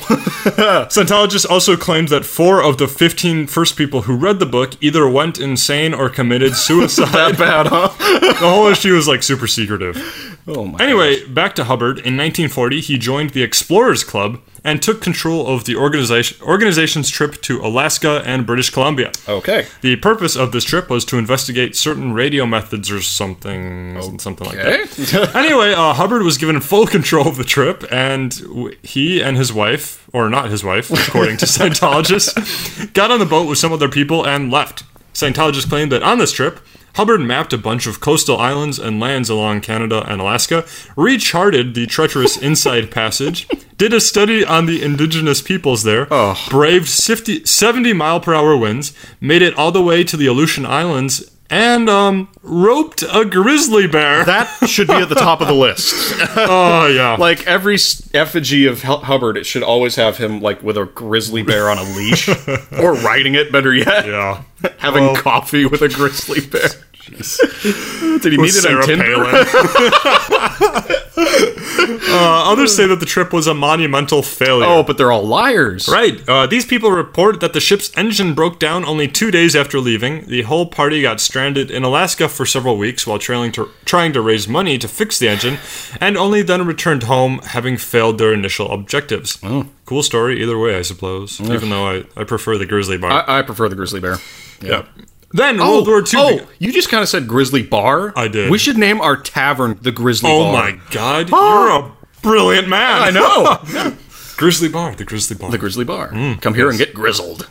S1: Scientologists also claimed that four of the 15 first people who read the book either went insane or committed suicide.
S2: Bad, huh?
S1: the whole issue was like super secretive.
S2: Oh, my.
S1: Anyway, back to Hubbard. In 1940, he joined the Explorers Club and took control of the organization, organization's trip to Alaska and British Columbia.
S2: Okay.
S1: The purpose of this trip was to investigate certain radio methods or something, something like that.
S2: Okay.
S1: Anyway, uh, Hubbard was given full control of the trip, and w- he and his wife, or not his wife, according to Scientologists, got on the boat with some other people and left. Scientologists claim that on this trip, Hubbard mapped a bunch of coastal islands and lands along Canada and Alaska, recharted the treacherous Inside Passage, did a study on the indigenous peoples there, braved 50, 70 mile per hour winds, made it all the way to the Aleutian Islands, and um, roped a grizzly bear.
S2: that should be at the top of the list.
S1: Oh yeah.
S2: Like every s- effigy of Hu- Hubbard, it should always have him like with a grizzly bear on a leash, or riding it. Better yet,
S1: yeah.
S2: having coffee with a grizzly bear. Did he meet it on
S1: Sarah
S2: Tinder?
S1: Palin. uh, others say that the trip was a monumental failure.
S2: Oh, but they're all liars.
S1: Right. Uh, these people report that the ship's engine broke down only two days after leaving. The whole party got stranded in Alaska for several weeks while trailing to, trying to raise money to fix the engine, and only then returned home having failed their initial objectives.
S2: Oh.
S1: Cool story, either way, I suppose. Even though I, I prefer the grizzly bar.
S2: I, I prefer the grizzly
S1: Oh,
S2: bear.
S1: yeah. Then World War II.
S2: Uh, Oh,
S1: began.
S2: you just kind of said grizzly bar.
S1: I did.
S2: We should name our tavern the grizzly.
S1: Oh
S2: bar.
S1: my god,
S2: Oh.
S1: you're a brilliant man.
S2: I know
S1: Grizzly Bar, the Grizzly Bar.
S2: the grizzly bar.
S1: Hmm.
S2: Come here and get grizzled.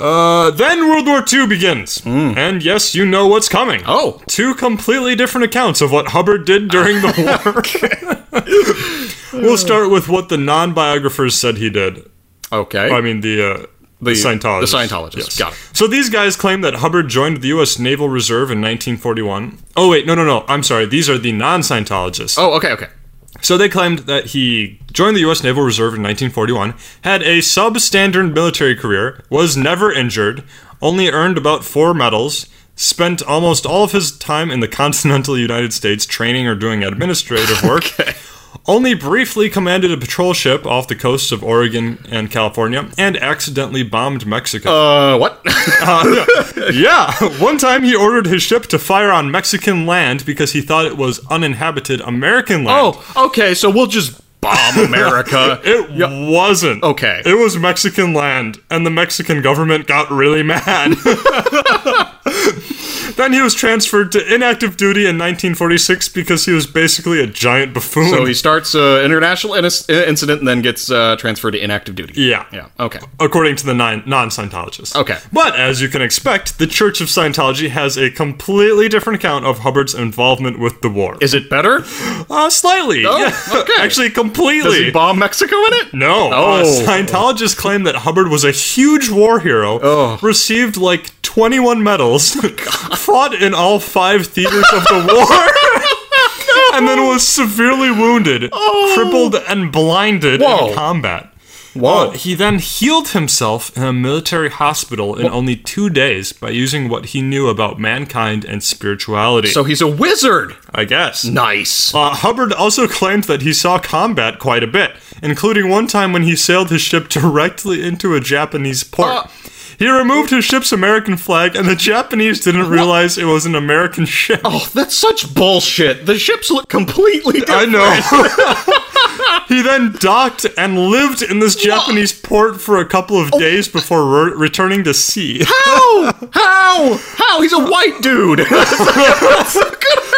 S1: uh, then World War II begins. And yes, you know what's coming.
S2: Mm. Oh.
S1: Two completely different accounts of what Hubbard did during the war. We'll start with what the non-biographers said he did.
S2: Okay.
S1: I mean the uh, the, Scientologists.
S2: The Scientologists. Got it.
S1: So these guys claim that Hubbard joined the U.S. Naval Reserve in 1941. Oh wait, no, no, no. I'm sorry. These are the non-Scientologists.
S2: Oh, okay, okay.
S1: So they claimed that he joined the U.S. Naval Reserve in 1941, had a substandard military career, was never injured, only earned about four medals, spent almost all of his time in the continental United States training or doing administrative work, only briefly commanded a patrol ship off the coasts of Oregon and California, and accidentally bombed Mexico.
S2: Uh, what?
S1: Uh, Yeah, one time he ordered his ship to fire on Mexican land because he thought it was uninhabited American land.
S2: oh, okay. So we'll just bomb America.
S1: It wasn't.
S2: Okay.
S1: It was Mexican land, and the Mexican government got really mad. then he was transferred to inactive duty in 1946 because he was basically a giant buffoon.
S2: so he starts uh, international inis- incident and then gets uh, transferred to inactive duty.
S1: Yeah.
S2: Yeah. Okay.
S1: according to the non Scientologists.
S2: Okay.
S1: But as you can expect, the Church of Scientology has a completely different account of Hubbard's involvement with the war.
S2: Is it better?
S1: Uh, slightly.
S2: Oh,
S1: yeah.
S2: okay.
S1: Actually,
S2: Does he
S1: completely.
S2: bomb Mexico in it?
S1: no. Uh,
S2: Oh.
S1: Scientologists claim that Hubbard was a huge war hero,
S2: Oh.
S1: received like 21 medals, fought in all five theaters of the war, and then was severely wounded, crippled, and blinded
S2: Oh. Whoa. Oh.
S1: in combat.
S2: Whoa.
S1: Uh, he then healed himself in a military hospital in only two days by using what he knew about mankind and spirituality.
S2: So he's a wizard.
S1: I guess.
S2: Nice.
S1: Uh, Hubbard also claimed that he saw combat quite a bit, including one time when he sailed his ship directly into a Japanese port.
S2: Uh.
S1: he removed his ship's American flag, and the Japanese didn't realize it was an American ship.
S2: Oh, that's such bullshit. The ships look completely
S1: I
S2: different.
S1: know. he then docked and lived in this Japanese port for a couple
S2: Oh.
S1: of days before re- returning to sea.
S2: How? How? How? He's a white dude. That's not gonna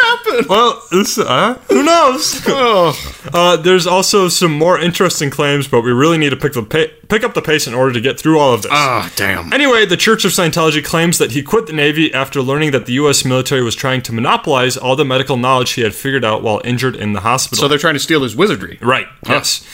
S2: happen. Oh.
S1: Well, this, uh, who knows? Uh, there's also some more interesting claims, but we really need to pick, the pa- pick up the pace in order to get through all of this.
S2: Ah, damn.
S1: Anyway, the Church of Scientology claims that he quit the Navy after learning that the U.S. military was trying to monopolize all the medical knowledge he had figured out while injured in the hospital.
S2: So they're trying to steal his wizardry.
S1: right, yes.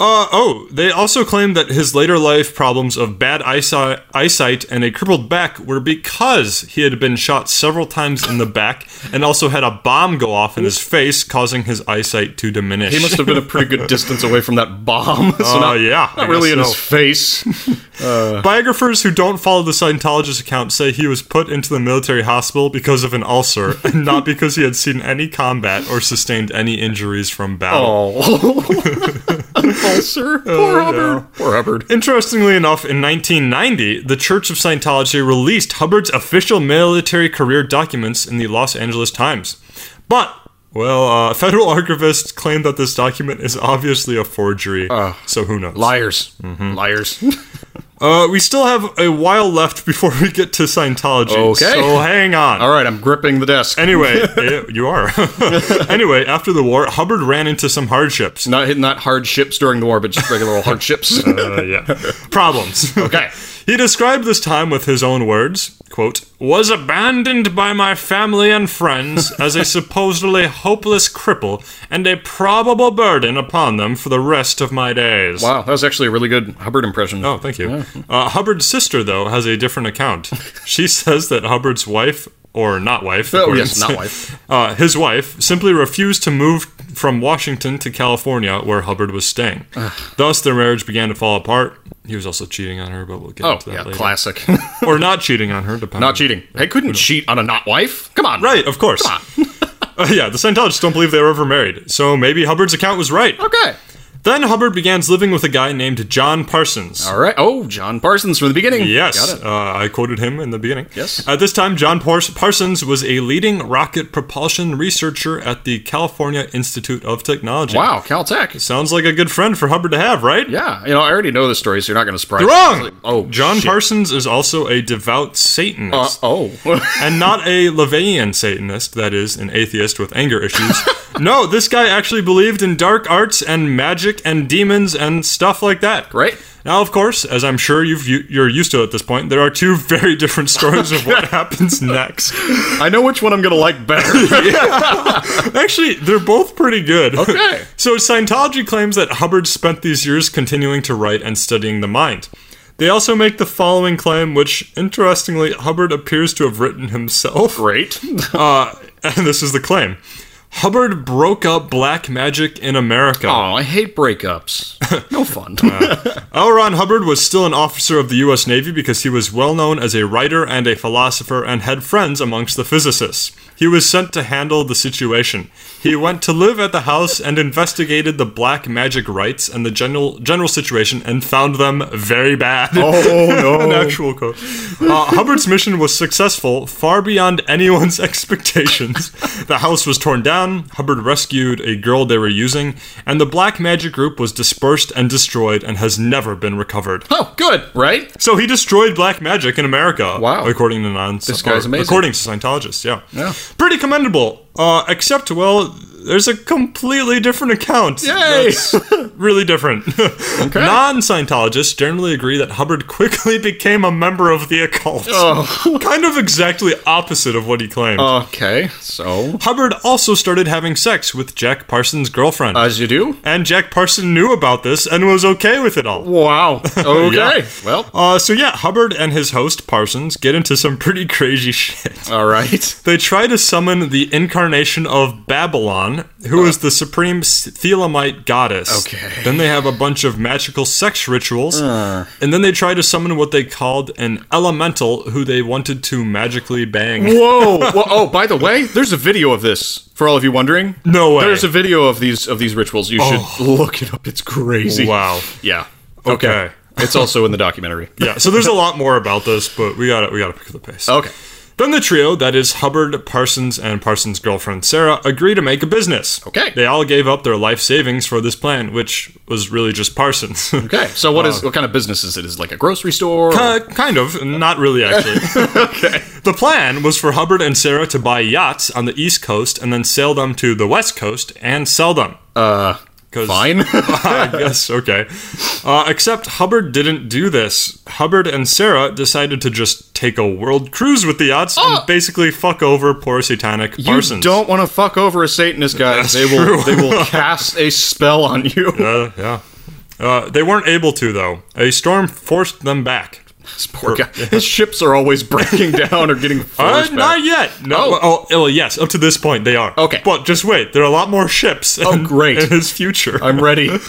S1: Uh, oh, they also claim that his later life problems of bad eyesi- eyesight and a crippled back were because he had been shot several times in the back and also had a bomb go off in his face, causing his eyesight to diminish.
S2: He must have been a pretty good distance away from that bomb. so
S1: Oh,
S2: not,
S1: yeah, I
S2: Not really
S1: guess
S2: in
S1: so.
S2: his face.
S1: Biographers who don't follow the Scientologist account say he was put into the military hospital because of an ulcer and not because he had seen any combat or sustained any injuries from battle.
S2: Oh. An ulcer.
S1: Oh,
S2: Poor Hubbard. Poor Hubbard.
S1: Interestingly enough, in 1990, the Church of Scientology released Hubbard's official military career documents in the Los Angeles Times. But, well, uh, federal archivists claim that this document is obviously a forgery, so who knows?
S2: Liars. Liars.
S1: Uh, we still have a while left before we get to Scientology,
S2: Okay.
S1: so hang on.
S2: All right, I'm gripping the desk.
S1: Anyway, eh, you are. anyway, after the war, Hubbard ran into some hardships.
S2: not hitting that hard ships during the war, but just regular old hard ships.
S1: Uh, yeah. Problems.
S2: okay.
S1: He described this time with his own words, quote, was abandoned by my family and friends as a supposedly hopeless cripple and a probable burden upon them for the rest of my days.
S2: Wow, that was actually a really good Hubbard impression.
S1: Oh, thank you. Uh, Hubbard's sister, though, has a different account. She says that Hubbard's wife, or not wife,
S2: Oh,
S1: according
S2: yes,
S1: to-
S2: not wife.
S1: uh, his wife, simply refused to move from Washington to California, where Hubbard was staying. Thus, their marriage began to fall apart. He was also cheating on her, but we'll get
S2: Oh,
S1: into that
S2: yeah,
S1: later.
S2: classic.
S1: or not cheating on her, depending.
S2: not cheating. I couldn't cheat on a not wife. Come on.
S1: Right, of course. Uh, yeah, the Scientologists don't believe they were ever married, so maybe Hubbard's account was right.
S2: Okay.
S1: Then Hubbard begins living with a guy named John Parsons.
S2: All right. Oh, John Parsons from the beginning.
S1: Yes,
S2: Got it.
S1: uh, I quoted him in the beginning.
S2: Yes.
S1: At this time, John Pars- Parsons was a leading rocket propulsion researcher at the California Institute of Technology.
S2: Wow, Caltech.
S1: Sounds like a good friend for Hubbard to have, right?
S2: Yeah, you know, I already know the story, so you're not going to surprise me.
S1: Wrong.
S2: Oh,
S1: John
S2: shit.
S1: Parsons is also a devout
S2: Uh,
S1: Satanist,
S2: oh.
S1: and not a Levian Satanist, that is, an atheist with anger issues, No, this guy actually believed in dark arts and magic and demons and stuff like that.
S2: Great.
S1: Now, of course, as I'm sure you've, you, you're used to at this point, there are two very different stories of what happens next.
S2: I know which one I'm going to like better.
S1: Actually, they're both pretty good.
S2: Okay.
S1: so, Scientology claims that Hubbard spent these years continuing to write and studying the mind. They also make the following claim, which, interestingly, Hubbard appears to have written himself.
S2: Great.
S1: Uh, and this is the claim Hubbard broke up black magic in America.
S2: Oh, I hate breakups. No fun.
S1: L. Ron Hubbard was still an officer of the U.S. Navy because he was well known as a writer and a philosopher and had friends amongst the physicists. He was sent to handle the situation. He went to live at the house and investigated the black magic rites and the general general situation and found them very bad.
S2: oh,
S1: An actual quote. Uh, Hubbard's mission was successful, far beyond anyone's expectations. The house was torn down, Hubbard rescued a girl they were using, and the black magic group was dispersed and destroyed and has never been recovered.
S2: Oh, good, right?
S1: So he destroyed black magic in America.
S2: Wow.
S1: According to non
S2: This guy's amazing.
S1: According to Scientologists, yeah.
S2: Yeah.
S1: Pretty commendable. Uh, except, well, there's a completely different account.
S2: Yay!
S1: That's really different. Non Scientologists generally agree that Hubbard quickly became a member of the occult. kind of exactly opposite of what he claimed.
S2: Oh. Okay, so.
S1: Hubbard also started having sex with Jack Parsons' girlfriend.
S2: As you do?
S1: and Jack Parson knew about this and was okay with it all.
S2: Wow. Okay. Well,
S1: Uh, so yeah, Hubbard and his host Parsons get into some pretty crazy shit.
S2: all right.
S1: They try to summon the incarnation of Babylon, who is the supreme S- Thelemite goddess.
S2: Okay. Uh.
S1: Then they have a bunch of magical sex rituals, and then they try to summon what they called an elemental, who they wanted to magically bang.
S2: Whoa. Well, oh, by the way, there's a video of this for all of you wondering.
S1: No way. Oh.
S2: There's a video of these of these rituals. You should look it up. It's crazy.
S1: Wow.
S2: Yeah.
S1: Okay.
S2: it's also in the documentary.
S1: Yeah. So there's a lot more about this, but we got to we got to pick up the pace.
S2: Okay.
S1: Then the trio, that is Hubbard, Parsons, and Parsons' girlfriend Sarah, agree to make a business.
S2: Okay.
S1: They all gave up their life savings for this plan, which was really just Parsons.
S2: Okay. So what is what kind of business is it? Is it like a grocery store?
S1: Uh, kind of, not really actually. okay. The plan was for Hubbard and Sarah to buy yachts on the East Coast and then sail them to the West Coast and sell them. Uh,
S2: Fine.
S1: I guess, okay. Uh, except Hubbard didn't do this. Hubbard and Sarah decided to just take a world cruise with the yachts and basically fuck over poor satanic Parsons.
S2: You don't want to fuck over a Satanist, guys. they will
S1: true.
S2: they will cast a spell on you.
S1: Uh, yeah. Uh, they weren't able to, though. A storm forced them back.
S2: This poor guy. His ships are always breaking down or getting
S1: Uh,
S2: forced
S1: not
S2: back.
S1: yet. No.
S2: Oh.
S1: Oh. well, yes. Up to this point, they are.
S2: Okay.
S1: But just wait. There are a lot more ships. in-
S2: great.
S1: In his future.
S2: I'm ready.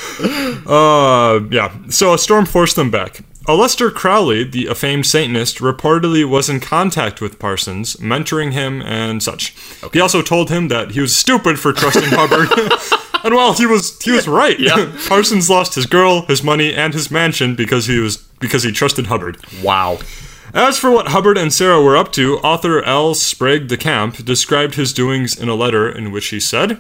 S1: Uh, yeah. So a storm forced them back. Aleister Crowley, the famed Satanist, reportedly was in contact with Parsons, mentoring him and such. He also told him that he was stupid for trusting Hubbard. and while he was he was right.
S2: Yeah.
S1: Parsons lost his girl, his money, and his mansion because he was because he trusted Hubbard.
S2: Wow.
S1: As for what Hubbard and Sarah were up to, author L. Sprague de Camp described his doings in a letter in which he said,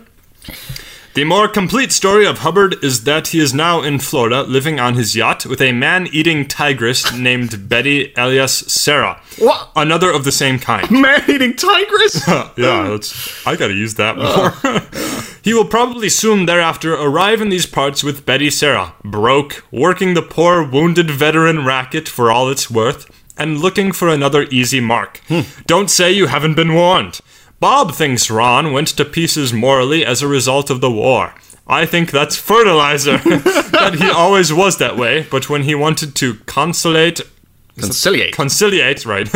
S1: The more complete story of Hubbard is that he is now in Florida living on his yacht with a man eating tigress named Betty alias Sarah.
S2: What?
S1: Another of the same kind.
S2: Man-eating tigress?
S1: Yeah, that's, I gotta use that more. Uh. he will probably soon thereafter arrive in these parts with Betty Sarah, broke, working the poor wounded veteran racket for all it's worth, and looking for another easy mark. Don't say you haven't been warned. Bob thinks Ron went to pieces morally as a result of the war. I think that's fertilizer. that he always was that way, but when he wanted to consolate
S2: Conciliate.
S1: conciliate, right,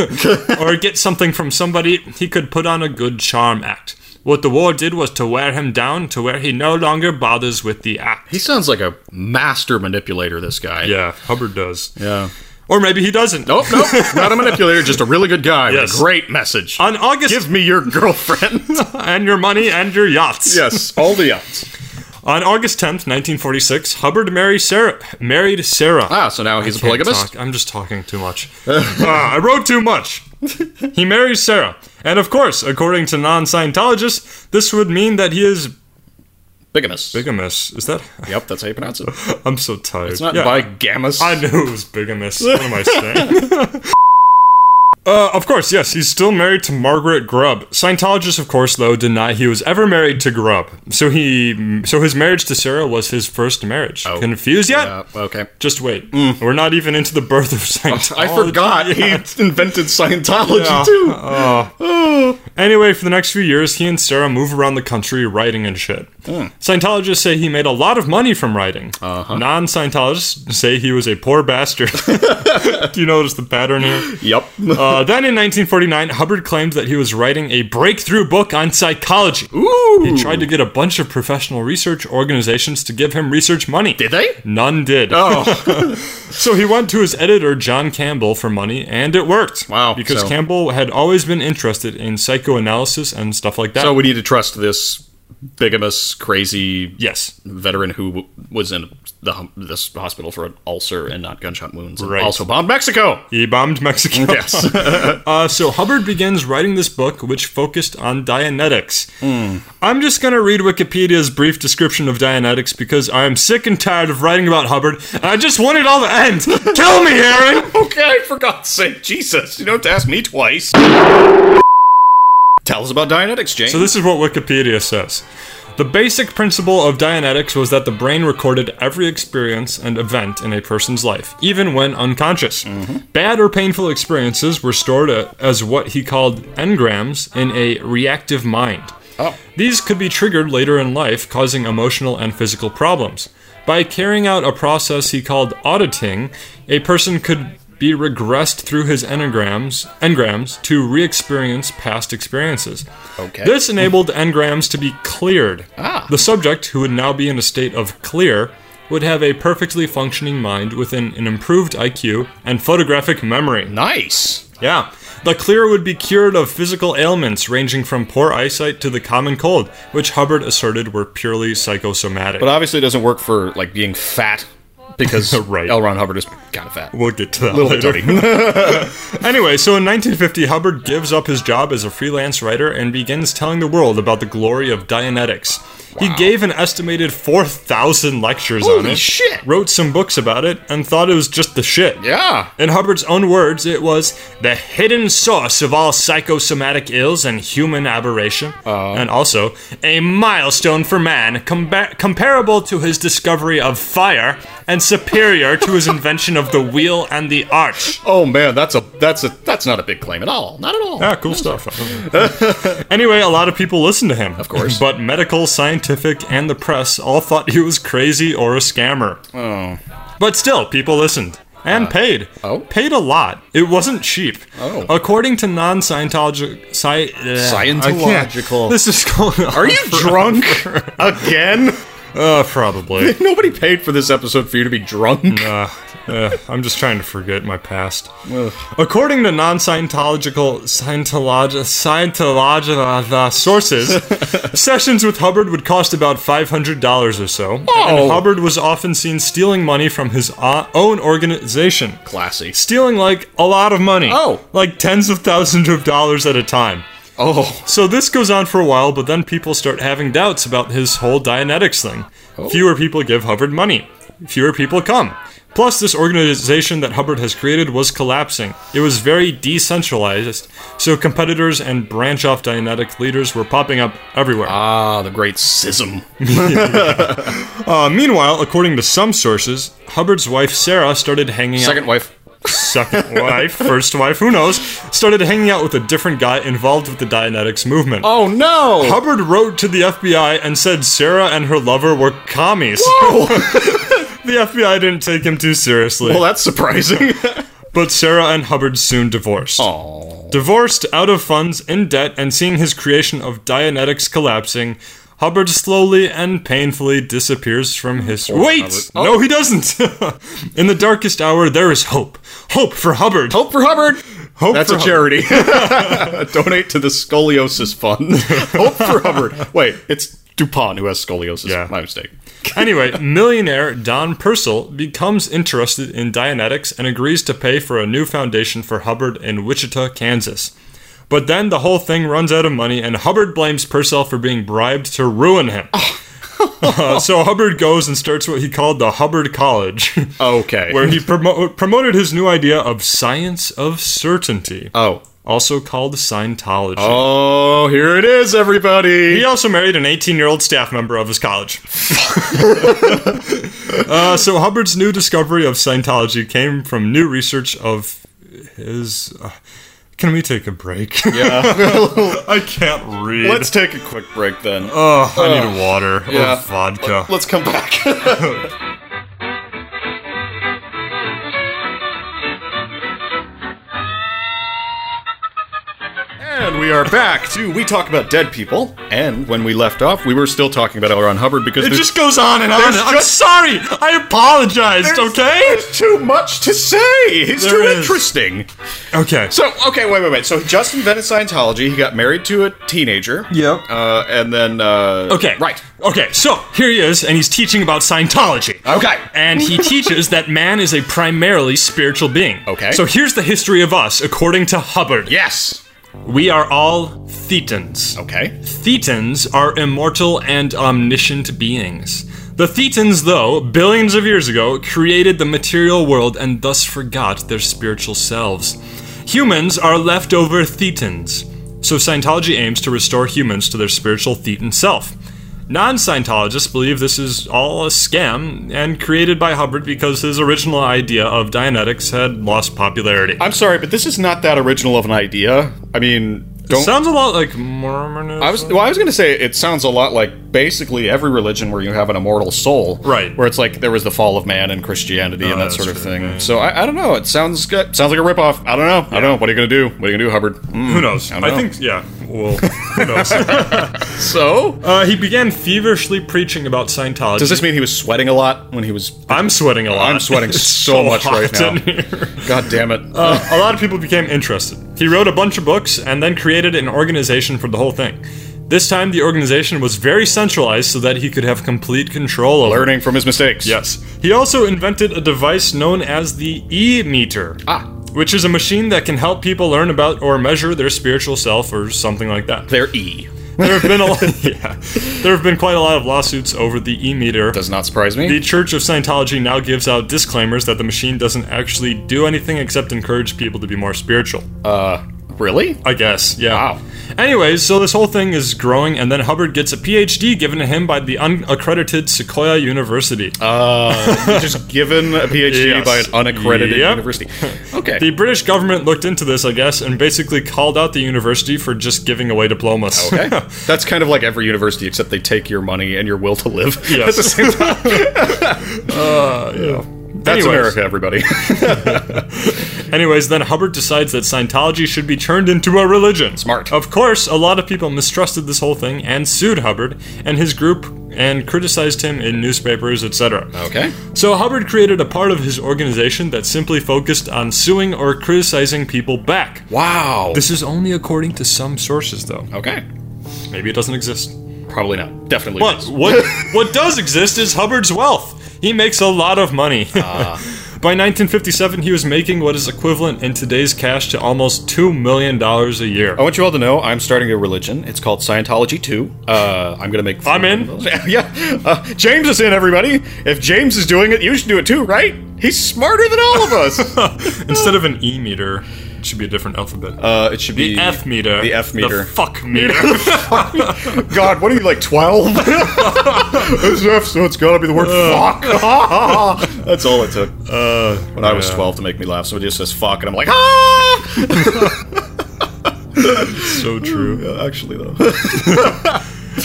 S1: or get something from somebody, he could put on a good charm act. What the war did was to wear him down to where he no longer bothers with the act.
S2: he sounds like a master manipulator, this guy.
S1: Yeah, Hubbard does.
S2: Yeah.
S1: Or maybe he doesn't.
S2: Nope, nope. Oh, Not a manipulator, just a really good guy. with a
S1: Yes. Uh,
S2: great message.
S1: On August,
S2: Give me your girlfriend.
S1: and your money and your yachts.
S2: yes, all the yachts.
S1: On August 10th, 1946, Hubbard married Sarah. Married Sarah.
S2: Ah, so now he's a
S1: Can't
S2: polygamist?
S1: talk. I'm just talking too much. Ah, I wrote too much. He marries Sarah. And of course, according to non Scientologists, this would mean that he is
S2: Bigamist.
S1: bigamous. Is that
S2: Yep, that's how you pronounce it.
S1: I'm so tired.
S2: It's not
S1: Yeah,
S2: by bigamist.
S1: I knew it was bigamous. What am I saying? Uh, of course, yes, he's still married to Margaret Grubb. Scientologists, of course, though, deny he was ever married to Grubb. So he, so his marriage to Sarah was his first marriage. Confused yet?
S2: Uh, okay. Oh,
S1: Just wait. We're not even into the birth of Scientology.
S2: Mm. I forgot he invented Scientology too.
S1: Uh, Anyway, for the next few years, he and Sarah move around the country writing and shit.
S2: Hmm.
S1: Scientologists say he made a lot of money from writing.
S2: Uh-huh.
S1: Non Scientologists say he was a poor bastard. Do you notice the pattern here?
S2: Yep.
S1: Uh, then in 1949, Hubbard claimed that he was writing a breakthrough book on psychology. He tried to get a bunch of professional research organizations to give him research money.
S2: Did they?
S1: None did.
S2: Oh,
S1: So he went to his editor, John Campbell, for money, and it worked.
S2: Wow,
S1: Because
S2: so-
S1: Campbell had always been interested in psychoanalysis and stuff like that.
S2: so we need to trust this bigamous, crazy
S1: yes.
S2: veteran who w- was in the, this hospital for an ulcer and not gunshot wounds, and
S1: Right.
S2: also bombed Mexico.
S1: He bombed Mexico.
S2: Yes.
S1: Uh, so Hubbard begins writing this book, which focused on Dianetics. I'm just going to read Wikipedia's brief description of Dianetics because I'm sick and tired of writing about Hubbard, and I just want it all to end. Kill me, Aaron!
S2: okay, for God's sake, Jesus! You don't have to ask me twice. Tell us about Dianetics, James.
S1: So this is what Wikipedia says. The basic principle of Dianetics was that the brain recorded every experience and event in a person's life, even when unconscious. Bad or painful experiences were stored a- as what he called engrams in a reactive mind.
S2: Oh.
S1: These could be triggered later in life, causing emotional and physical problems. By carrying out a process he called auditing, a person could be regressed through his engrams, engrams to re-experience past experiences.
S2: Okay.
S1: This enabled engrams to be cleared.
S2: Ah.
S1: The subject, who would now be in a state of clear, would have a perfectly functioning mind within an improved IQ and photographic memory.
S2: nice.
S1: Yeah. The clear would be cured of physical ailments ranging from poor eyesight to the common cold, which Hubbard asserted were purely psychosomatic.
S2: But obviously, it doesn't work for like being fat because
S1: Right.
S2: L. Ron Hubbard is kind of fat.
S1: we'll get to that
S2: Little bit
S1: later.
S2: dirty.
S1: Anyway, so in 1950, Hubbard gives up his job as a freelance writer and begins telling the world about the glory of Dianetics. He gave an estimated 4,000 lectures on
S2: Holy
S1: it,
S2: shit.
S1: wrote some books about it, and thought it was just the shit.
S2: yeah.
S1: In Hubbard's own words, it was the hidden source of all psychosomatic ills and human aberration, and also a milestone for man compa- comparable to his discovery of fire and superior to his invention of the wheel and the arch.
S2: Oh man, that's a that's a that's not a big claim at all. Not at all.
S1: Ah, cool stuff. anyway, a lot of people listened to him. Of
S2: course.
S1: But medical, scientific, and the press all thought he was crazy or a scammer. Oh. But still, people listened. And paid.
S2: oh?
S1: Paid a lot. It wasn't cheap.
S2: Oh.
S1: According to non Scientological. Sci- uh, I can't-
S2: Scientological.
S1: This is going on.
S2: Are you drunk again?
S1: Uh, probably.
S2: Nobody paid for this episode for you to be drunk.
S1: Uh, uh, I'm just trying to forget my past. According to non-Scientological Scientologi- Scientologi- uh, sources, sessions with Hubbard would cost about $500 or so.
S2: Oh.
S1: And Hubbard was often seen stealing money from his o- own organization.
S2: Classy.
S1: Stealing like a lot of money.
S2: Oh.
S1: Like tens of thousands of dollars at a time.
S2: Oh,
S1: So this goes on for a while, but then people start having doubts about his whole Dianetics thing.
S2: Oh.
S1: Fewer people give Hubbard money. Fewer people come. Plus, this organization that Hubbard has created was collapsing. It was very decentralized, so competitors and branch off Dianetic leaders were popping up everywhere.
S2: ah, the great schism.
S1: Uh, meanwhile, according to some sources, Hubbard's wife Sarah started hanging out.
S2: Second wife.
S1: second wife, first wife, who knows, started hanging out with a different guy involved with the Dianetics movement.
S2: Oh no.
S1: Hubbard wrote to the FBI and said Sarah and her lover were commies. the FBI didn't take him too seriously,
S2: well, that's surprising.
S1: but Sarah and Hubbard soon divorced. Divorced, out of funds, in debt, and seeing his creation of Dianetics collapsing, Hubbard slowly and painfully disappears from history. Wait!
S2: Hubbard. Oh.
S1: No, he doesn't! in the darkest hour, there is hope. Hope for Hubbard!
S2: Hope for Hubbard.
S1: Hope
S2: That's
S1: for
S2: a
S1: Hubbard.
S2: charity. Donate to the scoliosis fund. Hope for Hubbard. Wait, it's Dupont who has scoliosis.
S1: Yeah.
S2: My mistake.
S1: Anyway, millionaire Don Purcell becomes interested in Dianetics and agrees to pay for a new foundation for Hubbard in Wichita, Kansas. But then the whole thing runs out of money, and Hubbard blames Purcell for being bribed to ruin him. Uh, so Hubbard goes and starts what he called the Hubbard College,
S2: Okay.
S1: where he promo- promoted his new idea of science of certainty,
S2: oh.
S1: also called Scientology.
S2: Oh, here it is, everybody.
S1: He also married an 18 year old staff member of his college. uh, so, Hubbard's new discovery of Scientology came from new research of his. Uh, can we take a break? Yeah. I can't read.
S2: Let's take a quick break then.
S1: oh, I need water
S2: yeah.
S1: or vodka.
S2: Let's come back. and we are back to We Talk About Dead People. And when we left off, we were still talking about L. Ron Hubbard because
S1: It
S2: there's-
S1: just goes on and on.
S2: There's
S1: and I'm
S2: just-
S1: sorry. I apologized,
S2: there's-
S1: okay?
S2: There's too much to say. It's
S1: There
S2: too
S1: is.
S2: interesting.
S1: Okay.
S2: So, okay, wait, wait, wait. So, he just invented Scientology. He got married to a teenager.
S1: Yep.
S2: Uh, and then. Uh,
S1: Okay.
S2: Right.
S1: Okay, so here he is, and he's teaching about Scientology.
S2: Okay.
S1: And he teaches that man is a primarily spiritual being.
S2: Okay.
S1: So here's the history of us, according to Hubbard.
S2: Yes.
S1: We are all Thetans.
S2: Okay.
S1: Thetans are immortal and omniscient beings. The Thetans, though, billions of years ago, created the material world and thus forgot their spiritual selves. Humans are leftover Thetans, so Scientology aims to restore humans to their spiritual Thetan self. Non Scientologists believe this is all a scam and created by Hubbard because his original idea of Dianetics had lost popularity.
S2: I'm sorry, but this is not that original of an idea. I mean, don't.
S1: Sounds a lot like Mormonism.
S2: I was well. I was going to say it sounds a lot like basically every religion where you have an immortal soul,
S1: Right. Oh,
S2: Where it's like there was the fall of man and Christianity and that
S1: that's
S2: sort of
S1: true,
S2: thing. So I, I don't know. It sounds good. Sounds like a ripoff. I don't know. I don't know. What are you going to do? What are you going to do, Hubbard? Mm.
S1: Who knows?
S2: I don't know.
S1: I think, yeah. Well, who knows?
S2: So
S1: Uh, he began feverishly preaching about Scientology.
S2: does this mean he was sweating a lot when he was?
S1: I'm sweating a lot.
S2: I'm sweating
S1: It's
S2: so much
S1: hot
S2: right now.
S1: in here.
S2: God damn it!
S1: Uh, a lot of people became interested. He wrote a bunch of books and then created an organization for the whole thing. This time, the organization was very centralized so that he could have complete control over. it.
S2: Learning from his mistakes.
S1: Yes. He also invented a device known as the E meter.
S2: Ah.
S1: Which is a machine that can help people learn about or measure their spiritual self or something like that.
S2: Their E
S1: There have been a lot, yeah. There have been quite a lot of lawsuits over the E meter.
S2: does not surprise me.
S1: The Church of Scientology now gives out disclaimers that the machine doesn't actually do anything except encourage people to be more spiritual.
S2: uh, really?
S1: I guess, yeah.
S2: Wow.
S1: Anyways, so this whole thing is growing, and then Hubbard gets a PhD given to him by the unaccredited Sequoia University.
S2: Uh, just given a PhD
S1: Yes.
S2: by an unaccredited
S1: Yep.
S2: university. Okay.
S1: the British government looked into this, I guess, and basically called out the university for just giving away diplomas.
S2: Okay. That's kind of like every university, except they take your money and your will to live at
S1: Yes. Uh,
S2: the same time. That's
S1: Anyways.
S2: America, everybody.
S1: Anyways, then Hubbard decides that Scientology should be turned into a religion.
S2: Smart.
S1: Of course, a lot of people mistrusted this whole thing and sued Hubbard and his group and criticized him in newspapers, etc.
S2: okay.
S1: So Hubbard created a part of his organization that simply focused on suing or criticizing people back.
S2: Wow.
S1: This is only according to some sources, though.
S2: okay.
S1: Maybe it doesn't exist.
S2: Probably not. Definitely.
S1: But
S2: not.
S1: what what does exist is Hubbard's wealth. He makes a lot of money.
S2: Ah.
S1: By 1957, he was making what is equivalent in today's cash to almost two million dollars a year.
S2: I want you all to know I'm starting a religion. It's called Scientology 2. Uh, I'm going to make.
S1: I'm in.
S2: yeah. Uh, James is in, everybody. If James is doing it, you should do it too, right? He's smarter than all of us.
S1: Instead of an E meter, it should be a different alphabet.
S2: uh, it should be.
S1: the F meter.
S2: The F meter.
S1: The fuck meter.
S2: God, what are you like twelve? it's F, so it's gotta be the word fuck. That's all it took. when I was
S1: Uh, yeah.
S2: twelve to make me laugh, somebody just says fuck, and I'm like, ah.
S1: so true.
S2: Actually, though,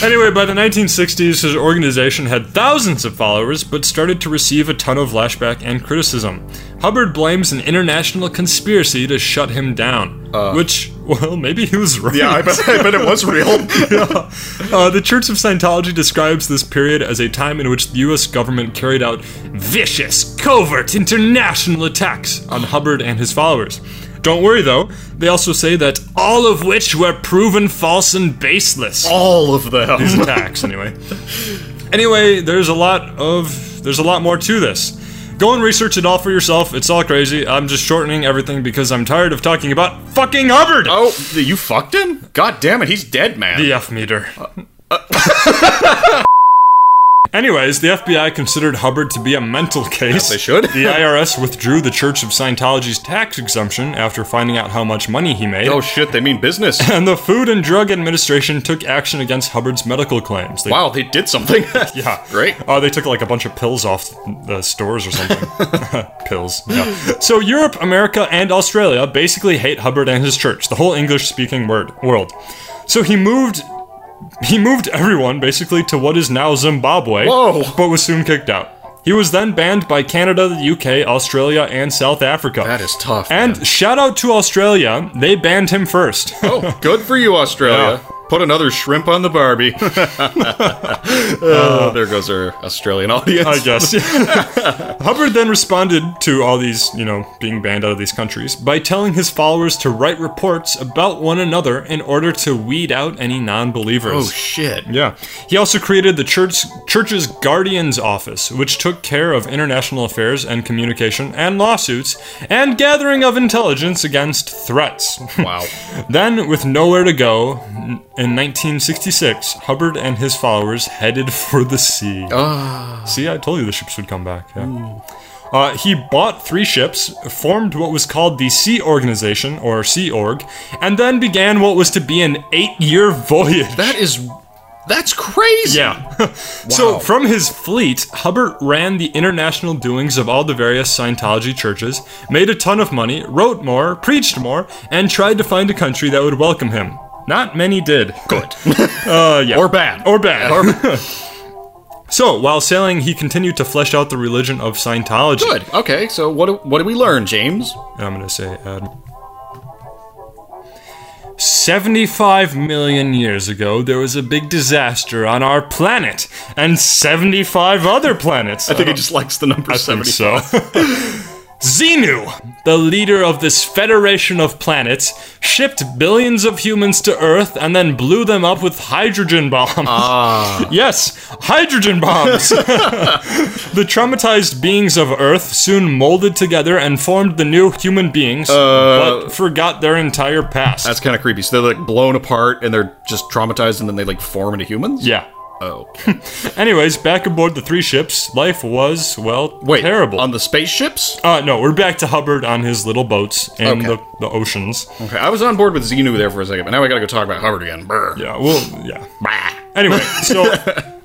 S1: Anyway, by the 1960s, his organization had thousands of followers, but started to receive a ton of lashback and criticism. Hubbard blames an international conspiracy to shut him down, which, well, maybe he was right.
S2: Uh. yeah, I bet, I bet it was real.
S1: Uh, the Church of Scientology describes this period as a time in which the U.S. government carried out vicious, covert international attacks on Hubbard and his followers. Don't worry though, they also say that all of which were proven false and baseless
S2: All of them.
S1: these attacks anyway. Anyway, there's a lot of there's a lot more to this. Go and research it all for yourself. It's all crazy. I'm just shortening everything because I'm tired of talking about fucking Hubbard.
S2: Oh, you fucked him? God damn it, he's dead, man.
S1: The F meter. Anyways, the FBI considered Hubbard to be a mental case.
S2: they should.
S1: the IRS withdrew the Church of Scientology's tax exemption after finding out how much money he made.
S2: Oh shit, they mean business.
S1: and the Food and Drug Administration took action against Hubbard's medical claims. They,
S2: wow, they did something.
S1: Yeah.
S2: Great.
S1: Oh, they took like a bunch of pills off the stores or something. pills. Yeah. So Europe, America, and Australia basically hate Hubbard and his church, the whole English-speaking word world. So he moved. He moved everyone basically to what is now Zimbabwe,
S2: Whoa.
S1: but was soon kicked out. He was then banned by Canada, the UK, Australia, and South Africa.
S2: That is tough.
S1: and
S2: man.
S1: shout out to Australia, they banned him first.
S2: oh, good for you, Australia. Put another shrimp on the Barbie. oh, there goes our Australian audience.
S1: I guess. Hubbard then responded to all these, you know, being banned out of these countries by telling his followers to write reports about one another in order to weed out any non-believers.
S2: Oh shit.
S1: yeah. He also created the church church's guardian's office, which took care of international affairs and communication and lawsuits and gathering of intelligence against threats.
S2: Wow.
S1: Then, with nowhere to go, in 1966, Hubbard and his followers headed for the sea. See, I told you the ships would come back. Yeah. Uh, he bought three ships, formed what was called the Sea Organization, or Sea Org, and then began what was to be an eight year voyage.
S2: That is that's crazy.
S1: Yeah. So from his fleet, Hubbard ran the international doings of all the various Scientology churches, made a ton of money, wrote more, preached more, and tried to find a country that would welcome him. Not many did. Good. uh, yeah.
S2: Or bad.
S1: Or bad. so while sailing, he continued to flesh out the religion of Scientology.
S2: Good. Okay, so what do, what did we learn, James?
S1: And I'm gonna say, um, 75 million years ago, there was a big disaster on our planet and 75 other planets. Uh,
S2: I think he just likes the number
S1: think
S2: 70.
S1: so. Xenu, the leader of this federation of planets, shipped billions of humans to Earth and then blew them up with hydrogen bombs.
S2: Ah.
S1: Yes, hydrogen bombs! the traumatized beings of Earth soon molded together and formed the new human beings, but forgot their entire past.
S2: Uh, That's kind of creepy. So they're like blown apart and they're just traumatized and then they like form into humans?
S1: yeah.
S2: Oh.
S1: Anyways, back aboard the three ships, life was, well,
S2: Wait.
S1: terrible.
S2: On the spaceships?
S1: Uh, no, we're back to Hubbard on his little boats in
S2: Okay.
S1: the, the oceans.
S2: Okay, I was on board with Xenu there for a second, but now I gotta go talk about Hubbard again. Brr.
S1: Yeah, well, yeah.
S2: Bah.
S1: Anyway, so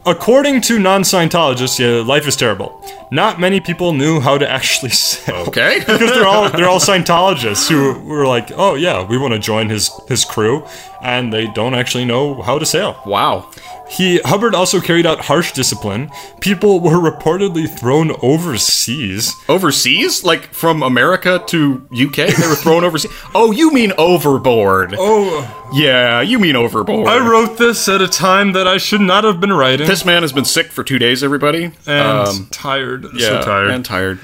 S1: according to non Scientologists, yeah, life is terrible. Not many people knew how to actually sail.
S2: Okay.
S1: Because they're all they're all Scientologists who were like, oh yeah, we want to join his his crew, and they don't actually know how to sail.
S2: wow.
S1: He Hubbard also carried out harsh discipline. People were reportedly thrown overseas.
S2: Overseas? Like from America to UK? They were thrown overseas. Oh, you mean overboard.
S1: Oh,
S2: Yeah, you mean overboard.
S1: I wrote this at a time that I should not have been writing.
S2: This man has been sick for two days, everybody. Um,
S1: and tired. so tired. Uh,
S2: And tired.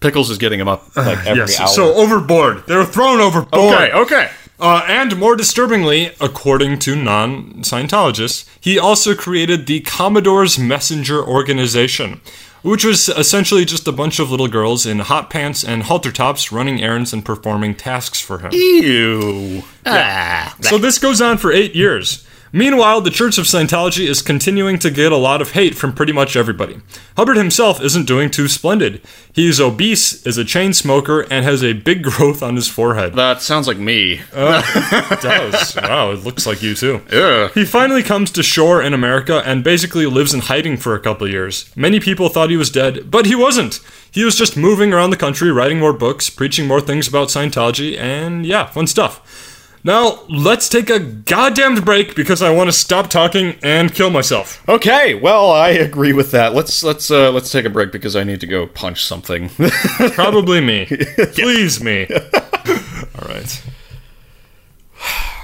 S2: Pickles is getting him up like every hour.
S1: So overboard. They were thrown overboard.
S2: okay, okay.
S1: Uh, and more disturbingly, according to non Scientologists, he also created the Commodore's Messenger Organization, which was essentially just a bunch of little girls in hot pants and halter tops running errands and performing tasks for him.
S2: Ew. Ah.
S1: So this goes on for eight years. Meanwhile, the Church of Scientology is continuing to get a lot of hate from pretty much everybody. Hubbard himself isn't doing too splendid. He's obese, is a chain smoker, and has a big growth on his forehead.
S2: That sounds like me.
S1: It does. wow, it looks like you too.
S2: Ugh.
S1: He finally comes to shore in America and basically lives in hiding for a couple years. Many people thought he was dead, but he wasn't. He was just moving around the country, writing more books, preaching more things about Scientology, and yeah, fun stuff. Now, let's take a goddamned break because I want to stop talking and kill myself.
S2: Okay, well, I agree with that. Let's let's uh, let's take a break because I need to go punch something.
S1: Probably me. Please me. All right.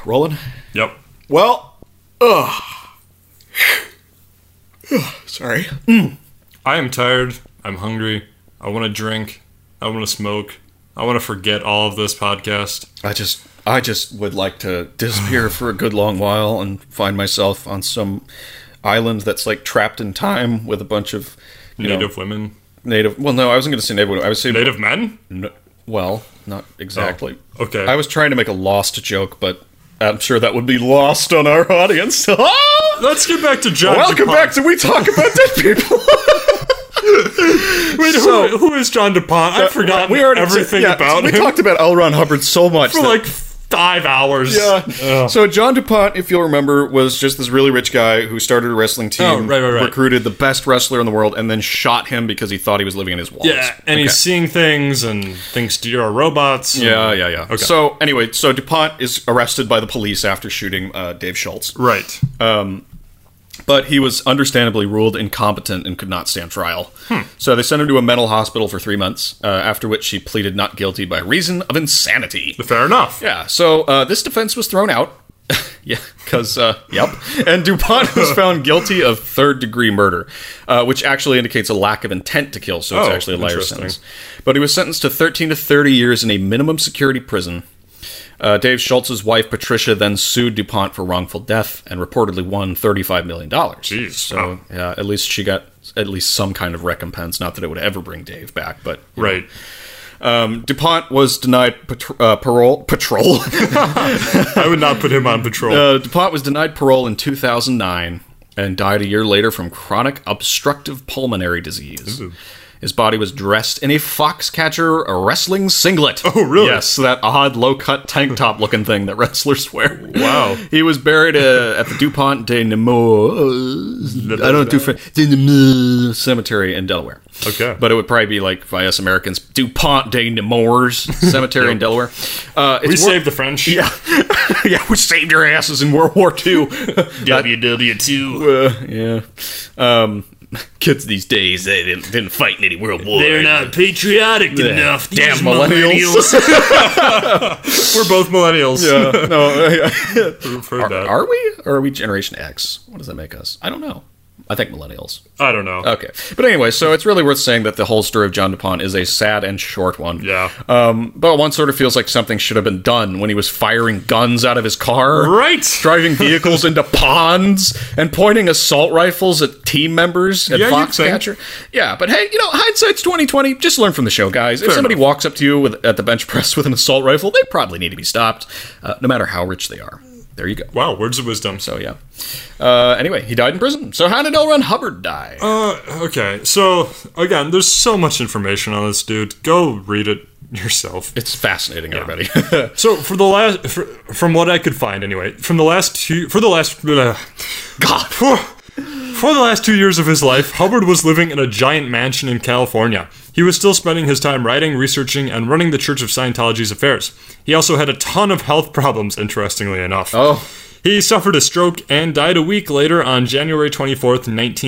S2: Roland.
S1: Yep.
S2: Well, ugh. Sorry.
S1: I am tired. I'm hungry. I want to drink. I want to smoke. I want to forget all of this podcast.
S2: I just I just would like to disappear for a good long while and find myself on some island that's like trapped in time with a bunch of you
S1: Native
S2: know,
S1: women.
S2: native. Well, no, I wasn't going to say native. I was saying
S1: Native men?
S2: N- well, not exactly.
S1: okay.
S2: I was trying to make a lost joke, but I'm sure that would be lost on our audience. Ah!
S1: let's get back to John.
S2: Welcome
S1: DuPont.
S2: back to We Talk About Dead People.
S1: Wait,
S2: So- uh,
S1: who, who is John DuPont? I've forgotten everything
S2: yeah,
S1: about
S2: We
S1: him
S2: talked about L. Ron Hubbard so much.
S1: for
S2: that-
S1: like five hours.
S2: Yeah.
S1: Ugh.
S2: So John DuPont, if you'll remember, was just this really rich guy who started a wrestling team,
S1: Oh, right, right, right.
S2: recruited the best wrestler in the world, and then shot him because he thought he was living in his walls.
S1: Yeah, and he's seeing things and thinks deer are robots. and-
S2: Yeah, yeah, yeah.
S1: Okay.
S2: So anyway, so DuPont is arrested by the police after shooting uh, Dave Schultz,
S1: right.
S2: Uh, but he was understandably ruled incompetent and could not stand trial. So they sent him to a mental hospital for three months, uh, after which he pleaded not guilty by reason of insanity.
S1: Fair enough.
S2: Yeah, so uh, this defense was thrown out. yeah, because, uh, yep. And DuPont was found guilty of third degree murder, uh, which actually indicates a lack of intent to kill, so it's
S1: Oh,
S2: actually a lighter
S1: interesting.
S2: sentence. But he was sentenced to 13 to 30 years in a minimum security prison. Uh, Dave Schultz's wife, Patricia, then sued DuPont for wrongful death and reportedly won $35 million.
S1: Jeez,
S2: So,
S1: wow.
S2: yeah, at least she got at least some kind of recompense. Not that it would ever bring Dave back, but
S1: Right.
S2: DuPont was denied pat- uh, parole. Patrol?
S1: I would not put him on patrol.
S2: Uh, DuPont was denied parole in 2009 and died a year later from chronic obstructive pulmonary disease. His body was dressed in a foxcatcher wrestling singlet. Oh,
S1: really?
S2: Yes, that odd low cut tank top looking thing that wrestlers wear.
S1: Wow.
S2: He was buried uh, at the DuPont de Nemours. I don't do French. De Nemours Cemetery in Delaware.
S1: Okay.
S2: But it would probably be like, by us Americans, DuPont de Nemours Cemetery in Delaware. Uh,
S1: we
S2: it's wor-
S1: saved the French. Yeah.
S2: yeah, we saved your asses in World War II.
S3: WW2.
S2: Uh, yeah. Um, kids these days, they didn't, didn't fight in any World War.
S3: They're not patriotic enough. These
S2: Damn millennials.
S1: We're both millennials.
S2: Uh, no,
S1: We've heard that.
S2: are we? Or are we Generation X? What does that make us? I don't know. I think millennials.
S1: I don't know.
S2: Okay. But anyway, so it's really worth saying that the whole story of John DuPont is a sad and short one.
S1: Yeah.
S2: Um, but one sort of feels like something should have been done when he was firing guns out of his car.
S1: Right.
S2: Driving vehicles into ponds and pointing assault rifles at team members at
S1: Yeah, you'd think.
S2: Foxcatcher. Yeah, but hey, you know, hindsight's twenty twenty. Just learn from the show, guys. if somebody walks up to you with, at the bench press with an assault rifle, they probably need to be stopped, uh, no matter how rich they are. There you go.
S1: Wow, words of wisdom.
S2: So yeah. Uh, anyway, he died in prison. So how did L. Ron Hubbard die?
S1: Uh, okay, so again, there's so much information on this dude. Go read it yourself.
S2: it's fascinating, everybody.
S1: So for the last, for, from what I could find anyway, from the last two, for the last, uh, blah,
S2: God.
S1: for, for the last two years of his life, Hubbard was living in a giant mansion in California. He was still spending his time writing, researching, and running the Church of Scientology's affairs. He also had a ton of health problems, interestingly enough.
S2: Oh.
S1: He suffered a stroke and died a week later on January 24th,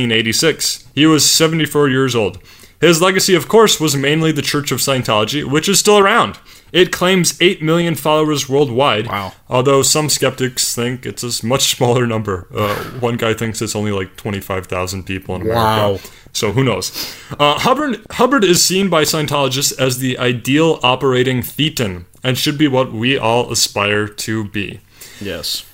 S1: 1986. He was 74 years old. His legacy, of course, was mainly the Church of Scientology, which is still around. It claims 8 million followers worldwide,
S2: Wow.
S1: although some skeptics think it's a much smaller number. Uh, one guy thinks it's only like 25,000 people in America.
S2: Wow.
S1: So who knows? Uh, Hubbard, Hubbard is seen by Scientologists as the ideal operating thetan and should be what we all aspire to be.
S2: Yes.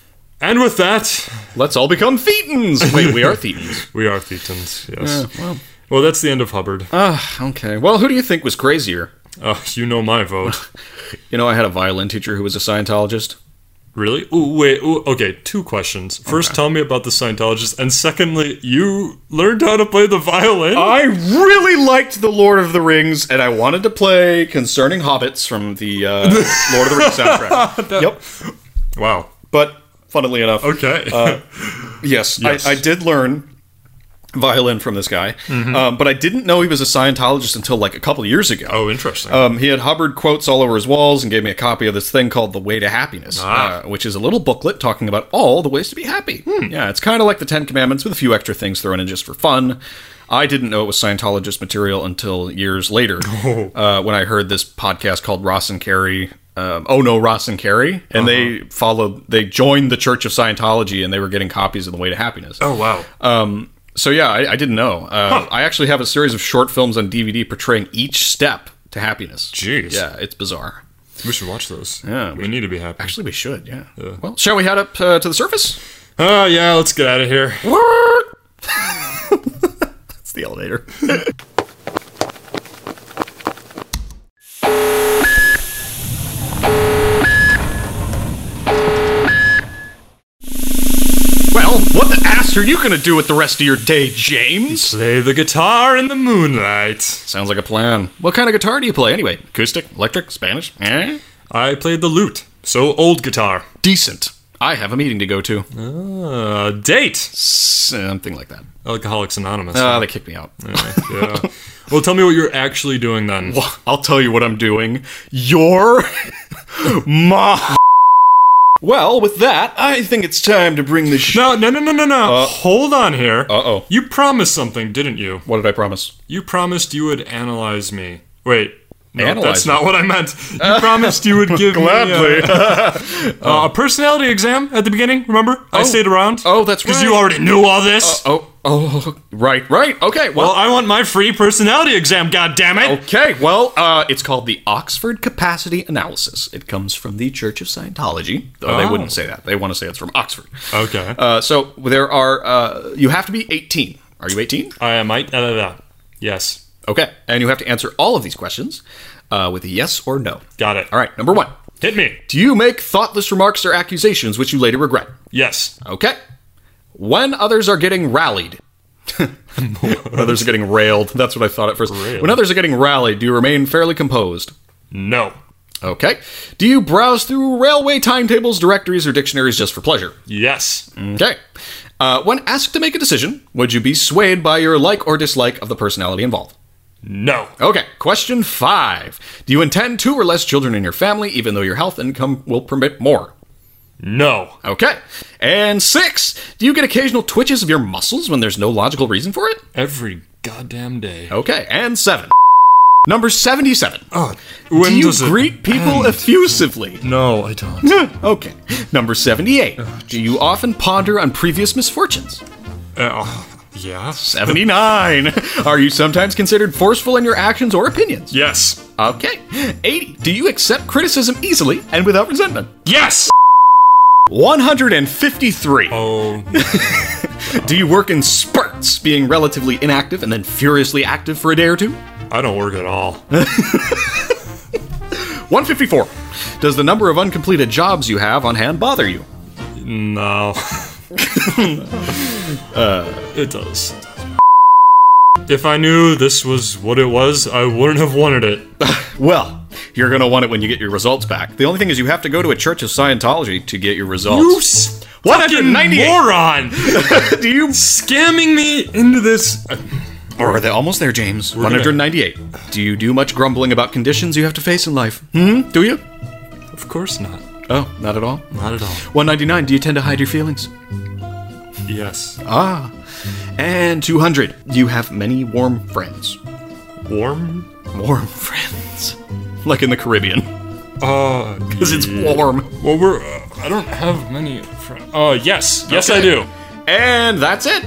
S1: And with that,
S2: Let's all become Thetans. Wait, we are Thetans.
S1: we are Thetans, yes. well. that's the end of Hubbard.
S2: Uh, Okay. Well, who do you think was crazier?
S1: Uh, you know my vote.
S2: You know, I had a violin teacher who was a Scientologist.
S1: really? Ooh, wait, ooh, okay, two questions. First, tell me about the Scientologist, and secondly, you learned how to play the violin?
S2: I really liked The Lord of the Rings, and I wanted to play Concerning Hobbits from the uh, Lord of the Rings soundtrack. yep.
S1: wow.
S2: But funnily enough,
S1: Okay.
S2: uh, yes,
S1: yes.
S2: I, I did learn violin from this guy,
S1: Mm-hmm.
S2: um, but I didn't know he was a Scientologist until like a couple years ago.
S1: oh, interesting.
S2: Um, he had Hubbard quotes all over his walls and gave me a copy of this thing called The Way to Happiness, uh, which is a little booklet talking about all the ways to be happy. Yeah, it's kind of like the Ten Commandments with a few extra things thrown in just for fun. I didn't know it was Scientologist material until years later uh, when I heard this podcast called Ross and Carey. Um, oh no, Ross and Carey, and they followed. They joined the Church of Scientology, and they were getting copies of The Way to Happiness.
S1: oh, wow.
S2: Um, so yeah, I, I didn't know. Uh, I actually have a series of short films on DVD portraying each step to happiness.
S1: Jeez.
S2: Yeah, it's bizarre.
S1: we should watch those.
S2: Yeah,
S1: We,
S2: we-
S1: need to be happy.
S2: Actually, we should. Yeah. Well, shall we head up uh, to the surface?
S1: Oh, yeah, let's get out of here.
S2: That's the elevator. well, what the ass are you going to do with the rest of your day, James?
S1: Play the guitar in the moonlight.
S2: Sounds like a plan. What kind of guitar do you play anyway? Acoustic, electric, Spanish? Eh?
S1: I played the lute, so old guitar.
S2: Decent. I have a meeting to go to.
S1: Uh, date.
S2: Something like that.
S1: Alcoholics Anonymous.
S2: Ah, they kicked me out.
S1: yeah. Well, tell me what you're actually doing then.
S2: I'll tell you what I'm doing. Your ma. Well, with that, I think it's time to bring the show.
S1: No, no, no, no, no, no.
S2: Uh.
S1: Hold on here.
S2: Uh-oh.
S1: You promised something, didn't you?
S2: What did I promise?
S1: You promised you would analyze me. Wait. No,
S2: Analyze
S1: that's
S2: me?
S1: not what I meant. You promised you would give me uh, uh, a personality exam at the beginning, remember? I stayed around.
S2: oh, that's
S1: Because
S2: right.
S1: you already knew all this.
S2: Oh, oh, right, right. Okay, well,
S1: well, I want my free personality exam, goddammit.
S2: Okay, well, uh, it's called the Oxford Capacity Analysis. It comes from the Church of Scientology, though they
S1: Oh.
S2: wouldn't say that. They want to say it's from Oxford.
S1: Okay.
S2: Uh, so there are, uh, you have to be 18. Are you 18?
S1: I might. Uh, uh, uh, yes.
S2: Okay. And you have to answer all of these questions uh, with a yes or no.
S1: Got it.
S2: All right, number one.
S1: Hit me.
S2: Do you make thoughtless remarks or accusations which you later regret?
S1: Yes.
S2: Okay. When others are getting rallied. when others are getting railed. That's what I thought at first.
S1: Railed.
S2: When others are getting rallied, do you remain fairly composed?
S1: No.
S2: Okay. Do you browse through railway timetables, directories, or dictionaries just for pleasure?
S1: Yes.
S2: Okay. Uh, when asked to make a decision, would you be swayed by your like or dislike of the personality involved?
S1: No.
S2: Okay. Question five. Do you intend two or less children in your family, even though your health income will permit more?
S1: No.
S2: Okay. And six. Do you get occasional twitches of your muscles when there's no logical reason for it?
S1: Every goddamn day.
S2: Okay. And seven. Number 77.
S1: Uh, When
S2: Do you
S1: does it-
S2: greet people effusively?
S1: No, I don't.
S2: okay. Number 78.
S1: Oh,
S2: Do you often ponder on previous misfortunes?
S1: Uh, yeah.
S2: 79. Are you sometimes considered forceful in your actions or opinions?
S1: Yes.
S2: Okay. 80. Do you accept criticism easily and without resentment?
S1: Yes.
S2: 153.
S1: Oh,
S2: Do you work in spurts, being relatively inactive and then furiously active for a day or two?
S1: I don't work at all.
S2: 154. Does the number of uncompleted jobs you have on hand bother you?
S1: No. Uh, it does. If I knew this was what it was, I wouldn't have wanted it.
S2: Well, you're going to want it when you get your results back. The only thing is you have to go to a Church of Scientology to get your
S1: You
S2: results.
S1: s- fucking
S2: 198.
S1: moron!
S2: Do you
S1: Scamming me into this.
S2: Or are they almost there, James?
S1: gonna-
S2: 198. Do you do much grumbling about conditions you have to face in life? Hmm? Do you?
S1: Of course not.
S2: Oh, not at all.
S1: Not at all.
S2: 199. Do you tend to hide your feelings?
S1: Yes.
S2: Ah. And 200. Do you have many warm friends?
S1: Warm?
S2: Warm friends? Like in the Caribbean.
S1: Uh,
S2: Because it's warm.
S1: well, we're. Uh, I don't have many friends. Uh, yes. Yes, I do.
S2: And that's it.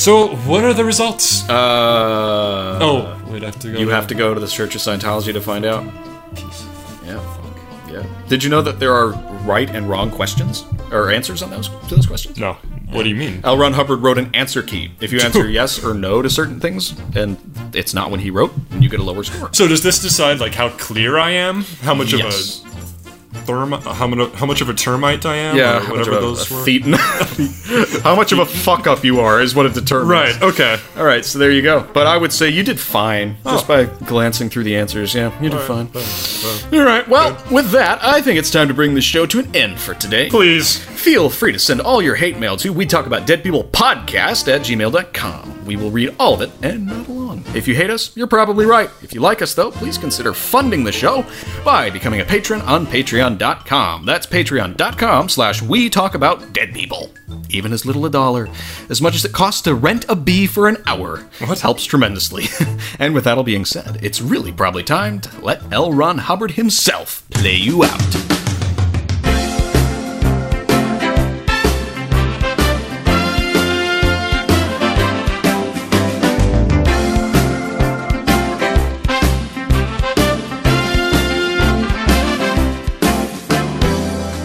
S1: So, what are the results?
S2: Uh.
S1: oh, wait, I have to go.
S2: You have to go to the Church of Scientology to find out. Yeah. Yeah. Did you know that there are right and wrong questions? Or answers on those, to those questions?
S1: No. What do you mean?
S2: L. Ron Hubbard wrote an answer key. If you answer yes or no to certain things, and it's not when he wrote, you get a lower score.
S1: So does this decide like how clear I am, how much
S2: Yes.
S1: of a therm, how much, how much of a termite I am,
S2: Yeah,
S1: or
S2: how much
S1: whatever
S2: of a,
S1: those
S2: a
S1: were.
S2: thetan- how much of a fuck up you are is what it determines.
S1: Right. Okay.
S2: All right. So there you go. But I would say you did fine just
S1: Oh.
S2: by glancing through the answers. Yeah, you did fine.
S1: Uh,
S2: All right. Well, with that, I think it's time to bring the show to an end for today.
S1: Please.
S2: Feel free to send all your hate mail to we talk about dead people podcast at gmail.com. We will read all of it and not along. If you hate us, you're probably right. If you like us, though, please consider funding the show by becoming a patron on patreon.com. That's patreon.com slash we talk about dead people. Even as little a dollar, as much as it costs to rent a bee for an hour. What? Helps tremendously. and with that all being said, it's really probably time to let L. Ron Hubbard himself play you out.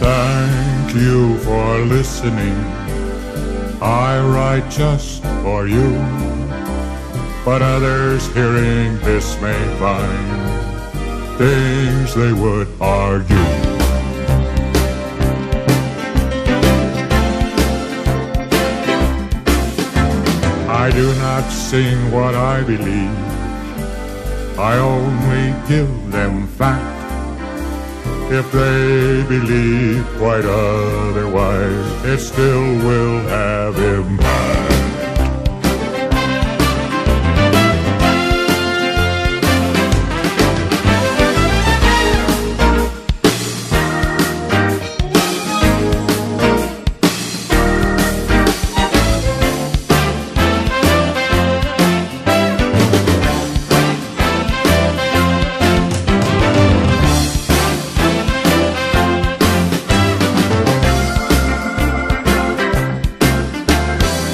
S5: Thank you for listening. I write just for you, but others hearing this may find things they would argue. do not sing what I believe. I only give them fact. If they believe quite otherwise, it still will have impact.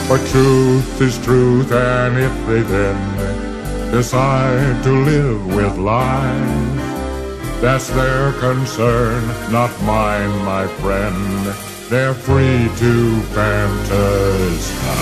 S5: But truth is truth, and if they then decide to live with lies, that's their concern, not mine, my friend. They're free to fantasize.